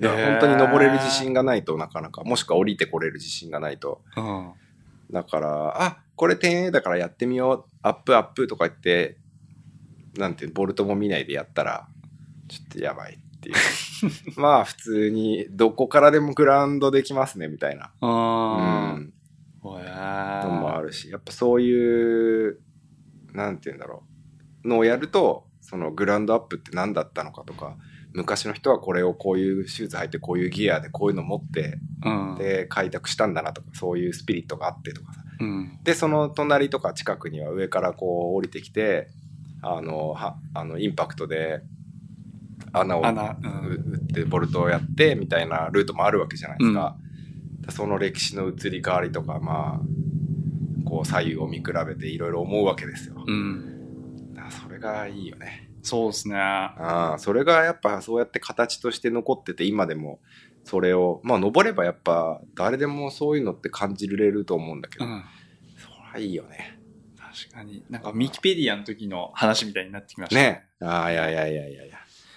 S2: いや
S1: へー
S2: 本当に登れる自信がないとなかなか、もしくは降りてこれる自信がないと、
S1: ー。うん。
S2: だから、あ、これ 10A だからやってみよう。アップアップとか言って、なんて、ボルトも見ないでやったら、ちょっとやばいっていう。 まあ、普通に、どこからでもグラウンドできますね、みたいな。
S1: あ
S2: う
S1: ー
S2: ん。
S1: ほえ
S2: のもあ
S1: ー
S2: るし、やっぱそういう、なんて言うんだろう。のをやると、そのグラウンドアップって何だったのかとか、昔の人はこれをこういうシューズ履いて、こういうギアでこういうの持って、
S1: うん。
S2: で、開拓したんだなとか、そういうスピリットがあってとかさ。
S1: うん。
S2: でその隣とか近くには上からこう降りてきてあのはあのインパクトで穴を
S1: 穴う
S2: 打
S1: ん
S2: ってボルトをやってみたいなルートもあるわけじゃないですか、その歴史の移り変わりとかまあこう左右を見比べていろいろ思うわけですよ。
S1: うん。
S2: だからそれがいいよね。
S1: そうですね。
S2: ああ、それがやっぱそうやって形として残ってて、今でもそれを、まあ登ればやっぱ誰でもそういうのって感じれると思うんだけ
S1: う
S2: ど、
S1: ん。
S2: そりゃいいよね。
S1: 確かに。なんか、ミキペディアの時の話みたいになってきました。
S2: ねえ。ああ、いやいやいやいやい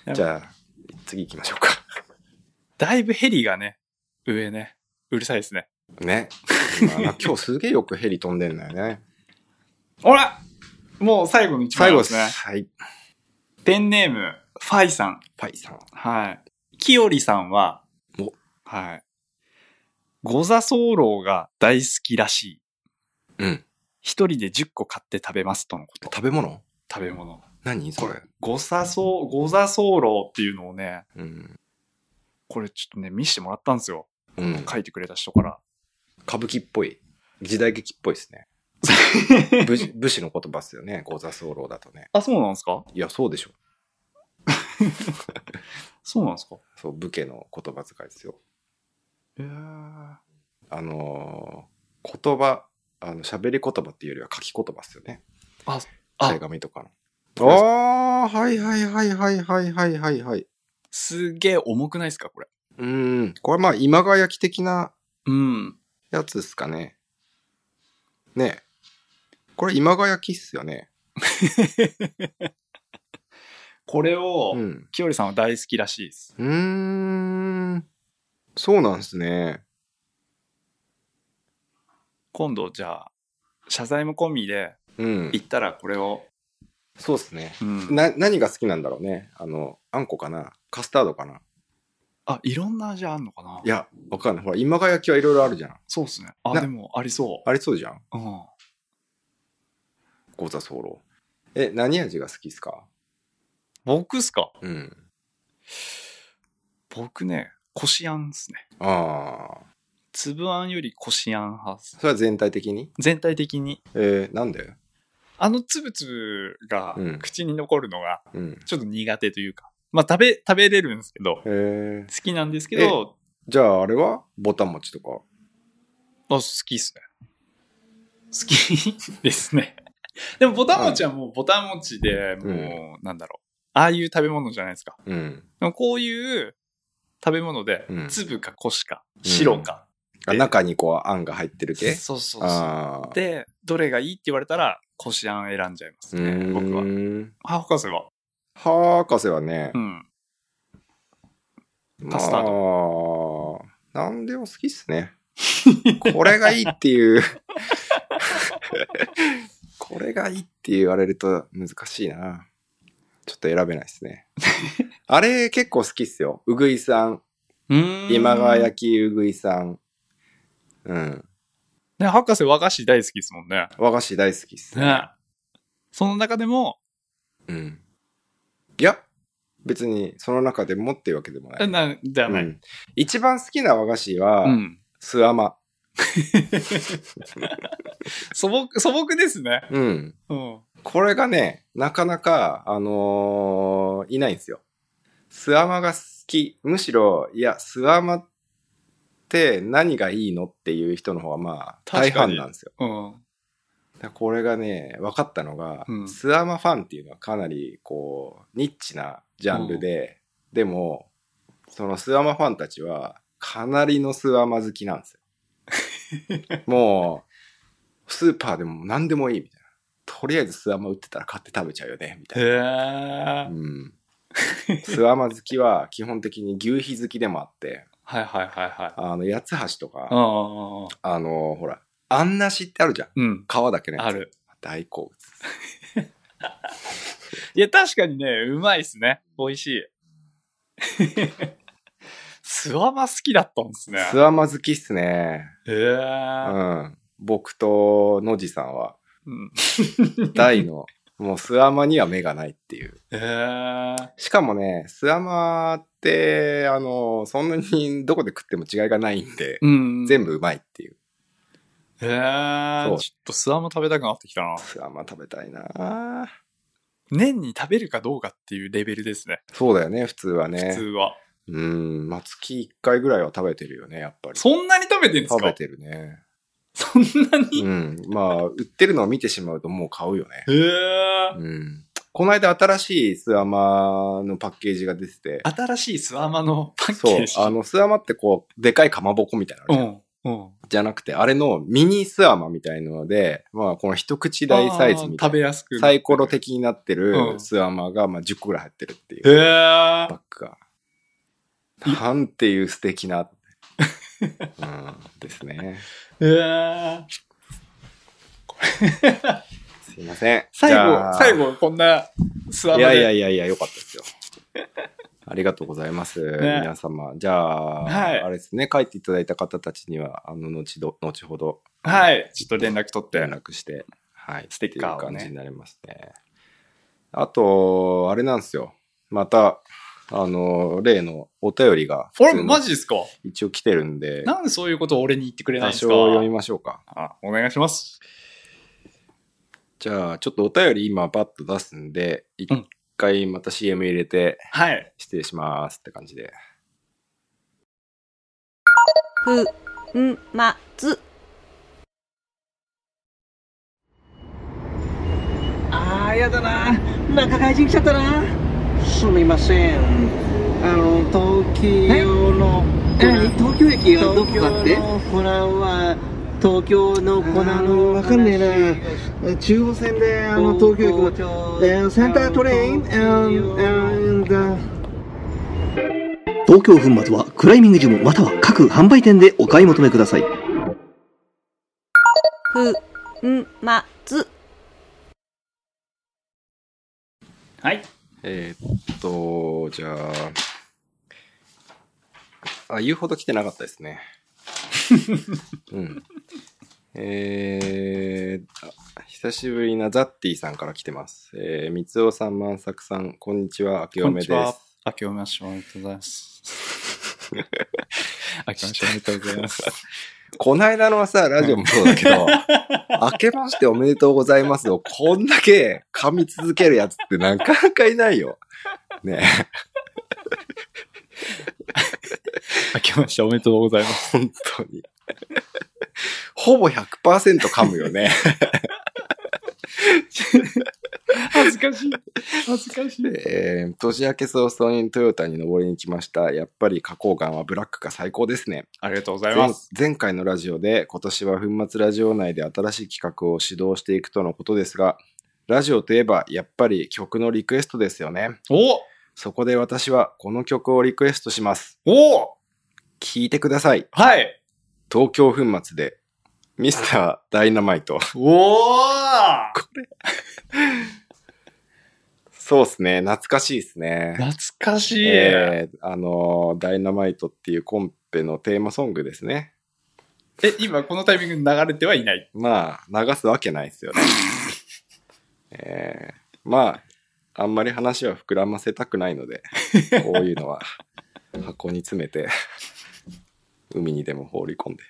S2: や。じゃあ、次行きましょうか。
S1: だいぶヘリがね、上ね、うるさいですね。
S2: ね。まあ今日すげえよくヘリ飛んでんだよ ね。
S1: ほらもう最後の一枚
S2: 最後
S1: で
S2: ですす。
S1: ね。
S2: はい。
S1: ペンネーム、ファイさん。
S2: パイさん。
S1: はい。きよりさんは
S2: お、
S1: はい。ゴザソウロウが大好きらしい。
S2: うん。
S1: 一人で10個買って食べますとのこと。
S2: 食べ物
S1: 食べ物。
S2: 何それ。
S1: ゴザソウ、ゴザソウロウっていうのをね、
S2: うん。
S1: これちょっとね、見してもらったんですよ。
S2: うん。
S1: 書いてくれた人から。
S2: 歌舞伎っぽい。時代劇っぽいです ね。武士武士の言葉っすよね。ゴザ候だとね。
S1: あ、そうなんですか
S2: いや、そうでしょ。
S1: そうなんですか
S2: そう、武家の言葉遣いですよ。
S1: えー、
S2: あのー言葉、あの、喋り言葉っていうよりは書き言葉っすよね。
S1: あ、
S2: 手紙とかの。ああー、はいはいはいはいはいはいはいはい。
S1: すげえ重くないですかこれ。
S2: うん。これまあ、今川焼き的な
S1: うん。
S2: やつっすかね。ねえ。これ今川焼きっすよね。
S1: これを
S2: う、ん。
S1: きよりさんは大好きらしいです。
S2: うーん。そうなんですね。
S1: 今度、じゃあ、謝罪も込みで、
S2: うん。
S1: 行ったらこれを、
S2: そうですね。
S1: うん。
S2: な、何が好きなんだろうね。あの、あんこかなカスタードかな
S1: あ、いろんな味あんのかない
S2: や、わかんない。ほら、今川焼きはいろいろあるじゃん。
S1: そうっすね。あ、
S2: な
S1: でも、ありそ
S2: ありそうじゃん。
S1: う。うん。
S2: ゴザソロ。え、何味が好きっすか
S1: 僕っすか
S2: うん。
S1: 僕ね、こしあんっすね。
S2: ああ。
S1: 粒あんよりこしあん派っす。
S2: それは全体的に
S1: 全体的に。
S2: えー、なんで
S1: あのつぶつぶが
S2: うん
S1: 口に残るのが、
S2: うん。
S1: ちょっと苦手というか。まあ、食べ、食べれるんですけど、好
S2: えー、
S1: きなんですけど、
S2: じゃああれはボタン餅とか。
S1: あ、好きっすね。好き ですね。でも、ぼたん餅はもうぼたん餅で、もう、なんだろう。ああいう食べ物じゃないですか。
S2: うん。
S1: でもこういう食べ物で
S2: う、ん
S1: 粒かこしか、白か。
S2: あ
S1: で
S2: 中にこう、あんが入ってる系
S1: そうそうそう。
S2: ああ。
S1: で、どれがいいって言われたら、こしあん選んじゃいます
S2: う
S1: ね、
S2: ーん
S1: 僕は。。あ、博士は。
S2: 博士はね、
S1: うん。
S2: ま
S1: カスター
S2: あ、なんでも好きっすね。 これがいいっていう。 これがいいって言われると難しいな。ちょっと選べないですね。あれ結構好きっすよ。うぐいさん。今川
S1: や
S2: 焼きうぐいさん。うん。
S1: ね、博士和菓子大好きですもんね。
S2: 和菓子大好きっすね。
S1: ね。その中でも、
S2: うん。いや、別にその中でもっていうわけでもない。
S1: な、じゃな
S2: う
S1: い。
S2: ん一番好きな和菓子は、
S1: うん。
S2: すあま。
S1: 素朴、素朴ですね。
S2: うん。
S1: うん。
S2: これがね、なかなか、あのーいないんですよ。スアマが好き。むしろ、いや、スアマって何がいいのっていう人の方が、まあ、
S1: 確
S2: 大
S1: かに
S2: 半なんですよ。
S1: うん。
S2: だからこれがね、分かったのが、
S1: うん
S2: スアマファンっていうのはかなり、こう、ニッチなジャンルで、でも、そのスアマファンたちは、かなりのスアマ好きなんです よ。もう、スーパーでも何でもいいみたいな。とりあえずスアマ売ってたら買って食べちゃうよね、みたい
S1: へ
S2: な。
S1: え。
S2: うん。スアマ好きは基本的に牛皮好きでもあって、
S1: はいはいはいはい。
S2: あの、八つ橋と
S1: う
S2: か、
S1: ん
S2: あの、ほら、あんなしってあるじゃん。
S1: うんうん。うん。
S2: 皮だけね。
S1: ある。
S2: 大好物。
S1: いや、確かにね、うまいっすね。美味しい。 スワマ好きだったんですね。
S2: スアマ好きっすね。
S1: へ
S2: う
S1: え。
S2: ん。僕と野地さん は、
S1: うん。
S2: 大の、もうスアマには目がないっていう。
S1: へえ。
S2: しかもね、スアマって、あの、そんなにどこで食っても違いがないんで、
S1: うん。
S2: 全部うまいっていう。
S1: へえ。ち
S2: そ
S1: ょっ
S2: う
S1: とスワマ食べたくなってきたな。
S2: スアマ食べたいな
S1: 年に食べるかどうかっていうレベルですね。
S2: そうだよね、普通はね。
S1: 普通は。
S2: うん、まあ、月1回ぐらいは食べてるよね、やっぱり。
S1: そんなに食べてんです
S2: 食べ
S1: か
S2: てるね。
S1: そんなに
S2: うん。まあ、売ってるのを見てしまうともう買うよ ね。
S1: へえ。
S2: うん。この間新しいスアマのパッケージが出てて、
S1: 新しいスワマのパッ
S2: そ
S1: ケ
S2: う
S1: ージ。、
S2: あの、スアマってこう、でかいかまぼこみたいなのある
S1: う
S2: じゃん
S1: ん。うん。
S2: じゃなくて、あれのミニスアマみたいなので、まあ、この一口大サイズみた
S1: あー
S2: い
S1: 食べ
S2: な。
S1: やすく。
S2: サイコロ。的になって
S1: う
S2: る
S1: ん
S2: スアマが、まあ、10個ぐらい入ってるってい
S1: へ
S2: う
S1: え。
S2: バッグが。なんていう素敵 な、うん、ですね。
S1: へえ。
S2: すいません。
S1: 最
S2: じゃあ
S1: 後、最後、こんなスワマ
S2: いやい
S1: で。
S2: やいやいや、よかったですよ。ありがとうございます、
S1: ね
S2: 皆様。じゃあ、
S1: はい
S2: あれですね、書いていただいた方たちには、あの、後ど、後ほど、
S1: はい。ちょっと連絡取って。
S2: 連絡して、はい、
S1: ステッカーを
S2: っていう
S1: ね
S2: 感じになりますね。あと、あれなんですよ。また、あの、例のお便りが、
S1: 俺、マジですか
S2: 一応来てるんで、
S1: なんでそういうことを俺に言ってくれない
S2: 多
S1: んです
S2: 少
S1: か
S2: 読みましょうか。
S1: あ、お願いします。
S2: じゃあ、ちょっとお便り今パッと出すんで、一
S1: うん
S2: 回また CM 入れて、
S1: はい。
S2: 失礼しますって感じで。
S3: ふ、ん、ま、つ。
S5: ああやだな中外人来ちゃったな
S6: すみません
S5: あの東京の
S6: え何東京駅はどこ
S5: 東京
S6: かって
S5: のフラワー東京の粉
S6: あ
S5: の
S6: ーわかんねえ
S5: な中央線であの東京駅のえーセンタートレイン and, and, uh,
S6: 東京粉末はクライミングジムまたは各販売店でお買い求めください
S3: ふ、ん、ま、つ。
S1: はい。
S2: えーっと、じゃあ、あ、言うほど来てなかったです ね。うん。えー、あ久しぶりなザッティさんから来てます。えー、三尾さん、万作さん、こんにちは、明けおめで
S1: こんにちは。明けおめましておめでとうござい ます。明けましておめでとうございます。
S2: す。こないだのさ、ラジオもそうだけ ど、明けましておめでとうございますを、こんだけ噛み続けるやつってなかなかいないよ。ねえ
S1: 明けましておめでとうございます。
S2: 本当に。ほぼ100%噛むよね。
S1: 恥ずかしい。恥ずかしい。
S2: えー年明け早々にトヨタに登りに来ました。やっぱり花崗岩はブラックが最高ですね。
S1: ありがとうございます。
S2: 前前回のラジオで今年は粉末ラジオ内で新しい企画を指導していくとのことですが、ラジオといえばやっぱり曲のリクエストですよね。
S1: お
S2: そこで私はこの曲をリクエストします。
S1: お
S2: 聴いてください。
S1: はい。
S2: 東京粉末で、ミスターダイナマイト。
S1: お
S2: そうっすね。懐かしいっすね。
S1: 懐かしい。
S2: え
S1: え、
S2: ーあのーダイナマイトっていうコンペのテーマソングですね。
S1: 今このタイミングで流れてはいない。
S2: まあ、流すわけないですよね。 えーまあ、あんまり話は膨らませたくないので、こういうの は箱に詰めて、海にでも放り込んで。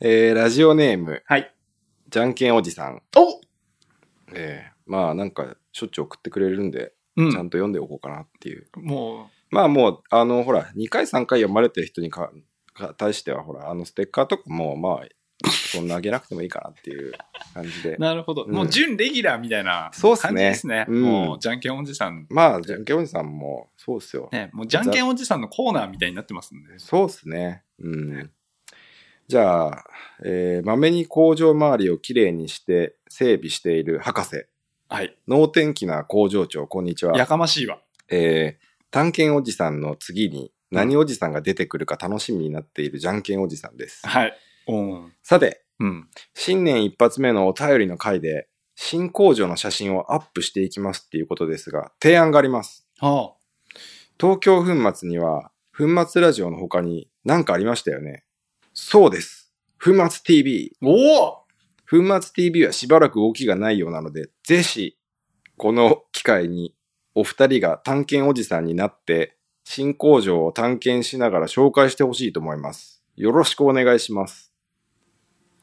S2: えーラジオネーム、
S1: はい。
S2: じゃんけんおじさん。
S1: お
S2: えーまあ、なんか、しょっちゅう送ってくれるんで、
S1: う
S2: ちゃんと読んでおこうかなっていう
S1: も
S2: まあもう、あの、ほら、2回3回読まれてる人にかか対しては、ほら、あのステッカーとかも、まあ、そんなあげなくてもいいかなっていう感じで
S1: う、。なるほど。
S2: うん
S1: もう準レギュラーみたいな
S2: そうっす
S1: 感
S2: ね
S1: じですね。
S2: うん
S1: もう、じゃんけんおじさん。
S2: まあ、じゃんけんおじさんも、そうっすよ。
S1: ね、もう、じゃんけんおじさんのコーナーみたいになってますんで。
S2: そうっすね。うん。じゃあ、えー、まめに工場周りをきれいにして、整備している博士。
S1: はい。
S2: 能天気な工場長、こんにち
S1: や
S2: は。
S1: かましいわ。
S2: えー、探検おじさんの次に、何おじさんが出てくるか楽しみになっているじゃんけんおじさんです。
S1: はい。お
S2: さて、
S1: うん。
S2: 新年一発目のお便りの回で、新工場の写真をアップしていきますっていうことですが、提案があります。
S1: はあ。
S2: 東京粉末には、粉末ラジオの他に何かありましたよね。そうです。粉末 TV。
S1: おお
S2: 粉末 TV はしばらく動きがないようなので、ぜひ、この機会に、お二人が探検おじさんになって、新工場を探検しながら紹介してほしいと思います。よろしくお願いします。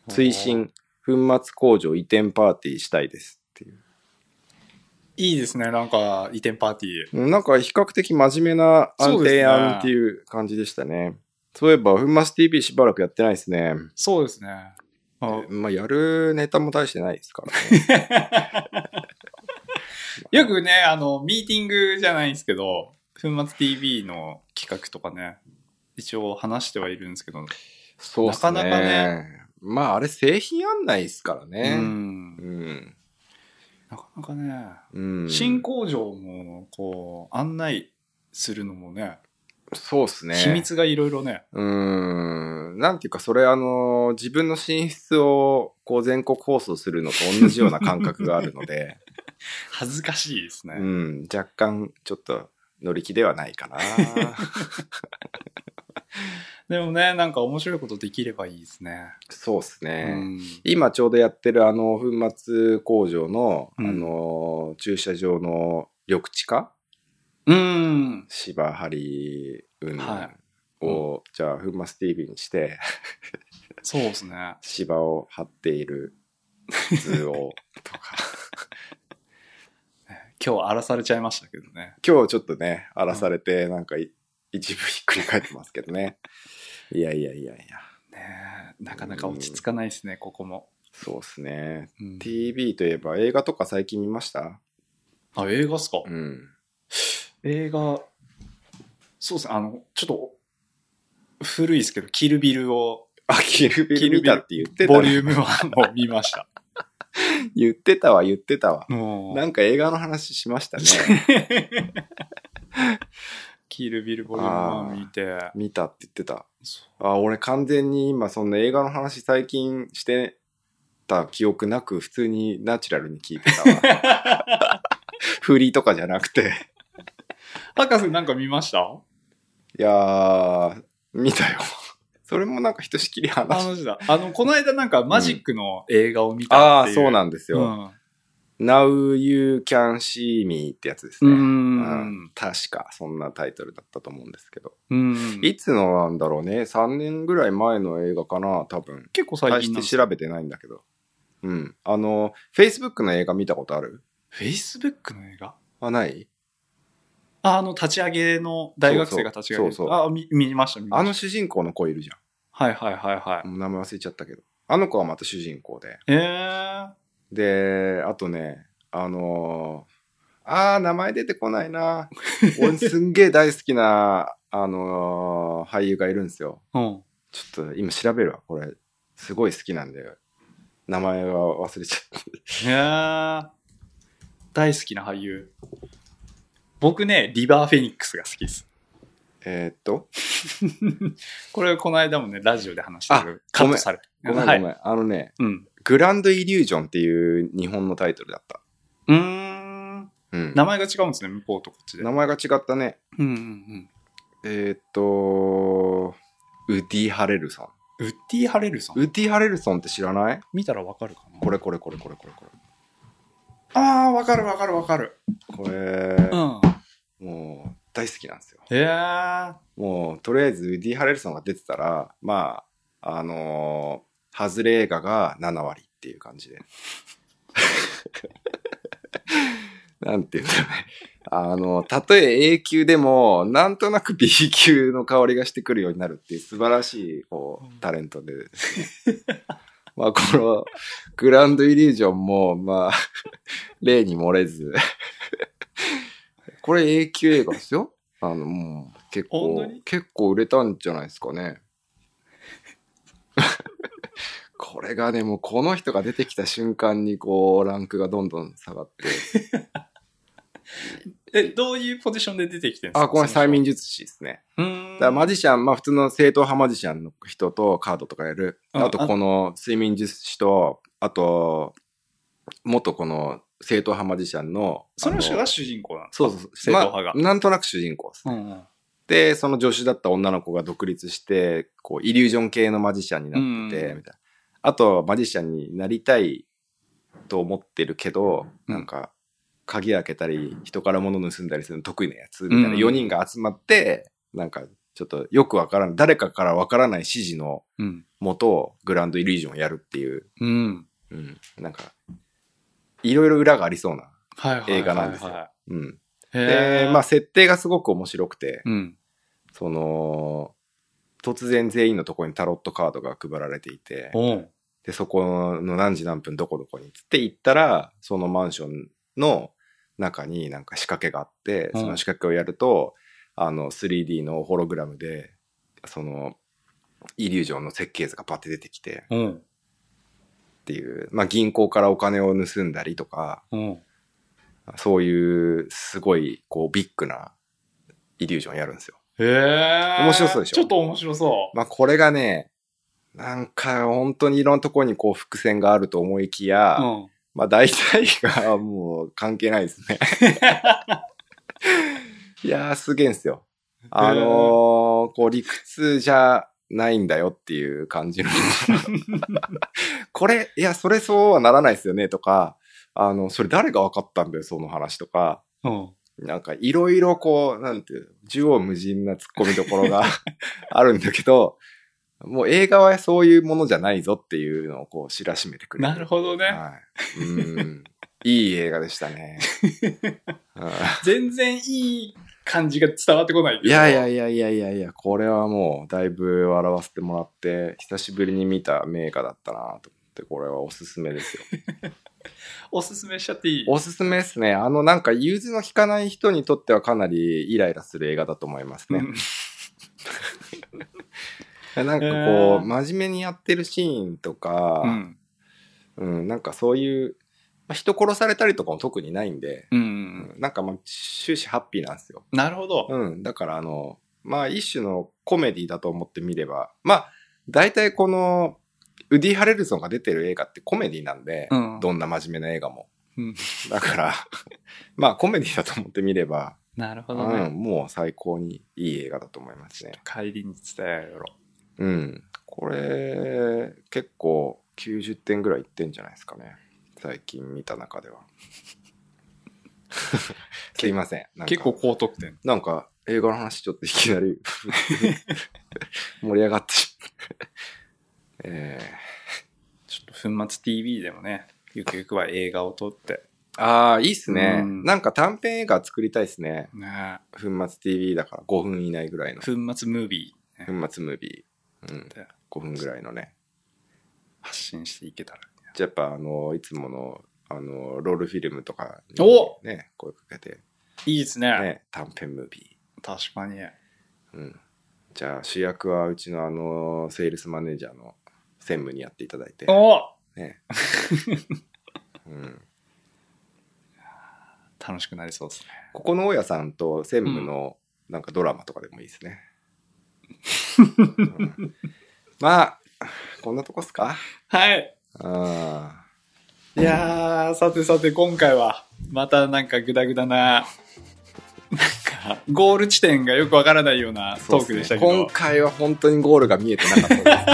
S2: 推進、粉末工場移転パーティーしたいですっていう。
S1: いいですね、なんか、移転パーティー。
S2: なんか比較的真面目なあの
S1: そうですね
S2: 提案っていう感じでしたね。そういえば、粉末 TV しばらくやってないですね。
S1: そうですね。あ
S2: まあ、やるネタも大してないですからね。
S1: よくね、あの、ミーティングじゃないんですけど、粉末 TV の企画とかね、一応話してはいるんですけど、
S2: そうっすね。
S1: なかなかね
S2: まあ、あれ製品案内ですからね。うん
S1: う。
S2: ん。
S1: なかなかね、
S2: うん。
S1: 新工場も、こう、案内するのもね、
S2: そうっすね。
S1: 秘密がいろいろね、
S2: うーん。なんていうか、それあの、自分の寝室をこう全国放送するのと同じような感覚があるの で、
S1: 恥ずかしいですね。
S2: うん、若干ちょっと乗り気ではない かな。
S1: でもね、なんか面白いことできればいいですね。
S2: そうっすね。
S1: うん
S2: 今ちょうどやってるあの、粉末工場の、
S1: うん
S2: あの、駐車場の緑地化
S1: うん。
S2: 芝張り運
S1: は
S2: を、じゃあ、粉末 TV にして、
S1: そうですね。
S2: 芝を張っている図を とか。
S1: 今日荒らされちゃいましたけどね。
S2: 今日ちょっとね、荒らされて、なんかい、一部ひっくり返ってますけどね。いやいやいやいや。
S1: ねえなかなか落ち着かないですね、ここも。
S2: そうっすね。
S1: うん、
S2: TV といえば映画とか最近見ました
S1: あ、映画っすか、
S2: うん。
S1: 映画、そうですね、あの、ちょっと、古いですけど、キルビルを、
S2: あ、キルビル
S1: キルビル
S2: 見たって言ってた
S1: ボ
S2: わ。
S1: リューム1を見ま した。
S2: 言ってたわ、言ってたわ。
S1: もう
S2: なんか映画の話しましたね。
S1: キルビルボリューム1見て、
S2: 見たって言ってた。
S1: そ
S2: あ、俺完全に今そんな映画の話最近してた記憶なく、普通にナチュラルに聞いてたわ。 フリーとかじゃなくて。
S1: う博士なんか見ました
S2: いやー、見たよ。それもなんかひとしきり話して
S1: 話だ。あの、この間なんかマジックの映画を見た
S2: ああ、
S1: っていう。
S2: そう
S1: で
S2: なんです
S1: す
S2: よ。Now You Can See Me ってやつです
S1: う
S2: ね。
S1: ん。うん。
S2: 確か、そんなタイトルだったと思うんですけど。
S1: うん、
S2: いつのなんだろうね。3年ぐらい前の映画かな、多分。
S1: 結構最
S2: 大し
S1: 近なん
S2: て
S1: です
S2: 調べてないんだけど。うん。あの、Facebook の映画見たことある
S1: フェイスブックの映画
S2: あ、ない
S1: ああの、立ち上げの、大学生が立ち上げる。
S2: そうそうそうそう
S1: あ、見、見ました、見ました。
S2: あの主人公の子いるじ
S1: はいはいはいは
S2: ゃ
S1: い。
S2: ん。もう名前忘れちゃったけど。あの子はまた主人公で。
S1: ええ
S2: で、あとね、あのーあー、名前出てこないな。俺すんげえ大好きな、 あのー俳優がいるんですよ。
S1: うん。
S2: ちょっと今調べるわ、これ。すごい好きなんで。名前が忘れちゃった。
S1: えー、大好きな俳優。僕ね、リバーフェニックスが好きです。
S2: えーっと、
S1: これ、この間もね、ラジオで話したけど、カ
S2: ごめ
S1: ッ
S2: ん
S1: トされ
S2: ごめんご
S1: は
S2: め
S1: い
S2: ん、。あのね、
S1: うん。
S2: グランドイリュージョンっていう日本のタイトルだった。
S1: うーん。
S2: うん。
S1: 名前が違うんですね、向こうとこっちで。
S2: 名
S1: うん
S2: 前が違ったね。
S1: うんうん。
S2: えーっと、ウッディ・ハレルソン。
S1: ウッディ・ハレルソ
S2: ウ
S1: ン。
S2: ッディ・ハレルソンって知らない
S1: 見たらわかるかな
S2: これこれこれこれこれこ
S1: ああ、わかるわかるわかる。
S2: れ。これ、
S1: うん。
S2: もう大好きなんですよ。
S1: ええー。
S2: もうとりあえずウッディ・ハレルソンが出てたら、まあ、あのー、外れ映画が7割っていう感じで。 なんていうんだろうね。あの、たとえ A 級でも、なんとなく B 級の香りがしてくるようになるっていう素晴らしい、こう、タレントでですね。まあ、この、グランドイリュージョンも、まあ、 例に漏れず。これ A 級映画ですよ。あの、もう、結
S1: 本
S2: 構
S1: 当に、
S2: 結構売れたんじゃないですかね。 これがね、もうこの人が出てきた瞬間に、こう、ランクがどんどん下がって。
S1: え、どういうポジションで出てきてるんですか
S2: あ、これ催眠
S1: 術。
S2: 術師ですね。
S1: う
S2: だ
S1: ーん。
S2: からマジシャン、まあ普通の正統派マジシャンの人とカードとかやる。
S1: あ
S2: あとこの睡眠術師と、あと、元この正統派マジシャンの。
S1: その人
S2: あ
S1: が主人公なんですか
S2: そうそうそう。
S1: 正統派が
S2: まあなんとなく主人公です。
S1: うんうん。
S2: で、その助手だった女の子が独立して、こう、イリュージョン系のマジシャンになって
S1: う
S2: て、
S1: ん
S2: みたいな。あと、マジシャンになりたいと思ってるけど、
S1: うん
S2: なんか、鍵開けたり、人から物盗んだりするの得意なやつ、みたいな
S1: うん
S2: 4人が集まって、なんか、ちょっとよくわからん、誰かからわからない指示の
S1: うん。
S2: もと、グランドイリュージョンをやるっていう、
S1: うん。
S2: うん、なんか、いろいろ裏がありそうな。
S1: はいはいはいはい。
S2: 映画なんですようん。
S1: へ
S2: で
S1: え、、
S2: まあ、設定がすごく面白くて、
S1: うん。
S2: その、突然全員のところにタロットカードが配られていて、
S1: おう
S2: で、そこの何時何分どこどこにっつって行ったら、そのマンションの中になんか仕掛けがあって、
S1: うん
S2: その仕掛けをやると、あの 3D のホログラムで、その、イリュージョンの設計図がパッて出てきて
S1: おう
S2: っていう、まあ銀行からお金を盗んだりとか、
S1: おう
S2: そういうすごいこうビッグなイリュージョンやるんですよ。
S1: へえ。
S2: 面白そうでしょ
S1: ちょっと面白そう。
S2: まあこれがね、なんか本当にいろんなところにこう伏線があると思いきや、
S1: うん。
S2: まあ大体がもう関係ないです ね。いやーすげえんすよ。あのーこう理屈じゃないんだよっていう感じの。 これ、いや、それそうはならないですよねとか、あの、それ誰が分かったんだよ、その話とか。
S1: うん。
S2: なんかいろいろこう、なんていうの、縦横無尽な突っ込みどころ があるんだけど、もう映画はそういうものじゃないぞっていうのをこう知らしめてくれる。
S1: なるほどね。
S2: はい。うん。いい映画でした ね。う
S1: 全然いい感じが伝わってこないけ
S2: ん
S1: ど
S2: いやいやいやいやいやいや、これはもうだいぶ笑わせてもらって、久しぶりに見た名画だったなと思って、これはおすすめですよ。
S1: おすすめしちゃっていい
S2: おすすめですね。あの、なんか、融通の効かない人にとってはかなりイライラする映画だと思いますね。
S1: うん
S2: なんかこう、
S1: えー
S2: 真面目にやってるシーンとか、
S1: うん。
S2: うん、なんかそういう、まあ、人殺されたりとかも特にないんで、
S1: うんう
S2: うんんなんかまあ終始ハッピーなんですよ。
S1: うん。なるほど。
S2: うん、だからあの、まあ一種のコメディだと思ってみれば、まあ大体このウディ・ハレルソンが出てる映画ってコメディなんで、
S1: うん
S2: どんな真面目な映画も。
S1: うん
S2: だから、まあコメディだと思ってみれば、
S1: なるほど
S2: うん、
S1: ね。
S2: もう最高にいい映画だと思いますね。
S1: 帰りに伝えよろ。
S2: うん。これ、結構90点ぐらいいってんじゃないですかね。最近見た中で は。すいません。なんか
S1: 結構高得点。
S2: なんか映画の話ちょっといきなり 盛り上がってしまう。え
S1: ちょっと粉末 TV でもね、ゆくゆくは映画を撮って。
S2: ー、ああ、いいっすね。
S1: うん
S2: なんか短編映画作りたいっすね。
S1: ね
S2: 粉末 TV だから5分以内ぐらいの。
S1: 粉末ムービーね、
S2: 粉末ムービー。うん。5分ぐらいのね。
S1: 発信していけたら。
S2: じゃあやっぱあの、いつもの、あの、ロールフィルムとかに
S1: お
S2: ね、声かけて、
S1: いいですね。
S2: ね、短編ムービ
S1: 確かに。
S2: ー。うん。じゃあ主役はうちのあの、セールスマネージャーの専務にやっていただいて。
S1: お
S2: ね。 うん。
S1: 楽しくなりそうですね。
S2: ここの大家さんと専務のなんかドラマとかでもいいです ね。うんまあ、こんなとこっすか
S1: はい。
S2: あ
S1: いやー、さてさて今回は、またなんかグダグダな、なんか、ゴール地点がよくわからないような
S2: ー
S1: トークでしたけ
S2: そうっすね
S1: ど
S2: 今。回は本当にゴールが見えてなかった です。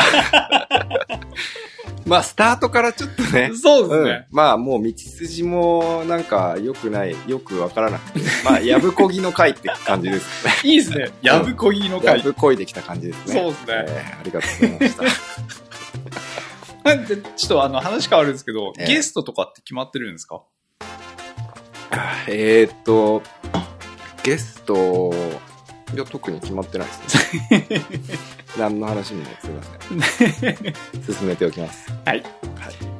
S2: まあ、スタートからちょっとね。
S1: そうです
S2: うん
S1: ね。、
S2: まあもう道筋もなんか良くないよくわからなくてまあやぶこぎの回って感じですね
S1: いいですね。 やぶこぎの
S2: や
S1: 回。
S2: ぶこいできた感じですね
S1: そうですね
S2: えーありがとうございました
S1: なんで、ちょっとあの話変わるんですけど、
S2: ええ
S1: ゲストとかって決まってるんですか
S2: えーっと、ゲスト、いや、特に決まってないですね。 何の話にもすいません。進めておきます。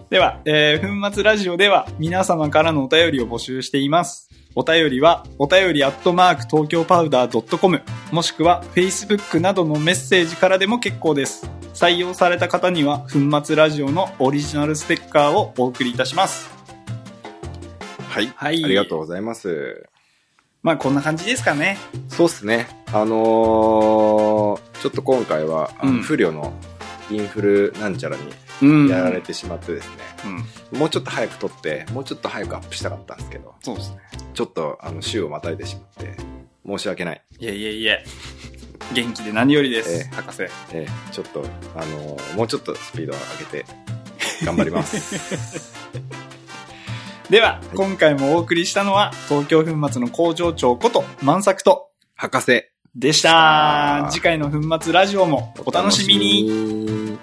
S1: では、えー、粉末ラジオでは皆様からのお便りを募集しています。お便りは、お便りアットマーク東京パウダー .com もしくは Facebook などのメッセージからでも結構です。採用された方には、粉末ラジオのオリジナルステッカーをお送りいたします。
S2: はい。
S1: はい。
S2: ありがとう
S1: う。
S2: ございます。
S1: まあ、こんな感じですかね。
S2: そうっすね。あのーちょっと今回は、あの
S1: うん
S2: 不慮のインフルなんちゃらに
S1: うん
S2: やられてしまってですね、
S1: うん。
S2: もうちょっと早く撮って、もうちょっと早くアップしたかったんですけど、
S1: そうですね。
S2: ちょっとあの週をまたいでしまって、申し訳ない。
S1: いえいえいえ。元気で何よりです。
S2: ええ
S1: 博士。
S2: えーちょっと、あのーもうちょっとスピードを上げて、頑張り ます。
S1: では、今回もお送りしたのは、東京粉末の工場長こと、万作と、
S2: 博士
S1: でした。次回の粉末ラジオもお楽しみに。
S2: に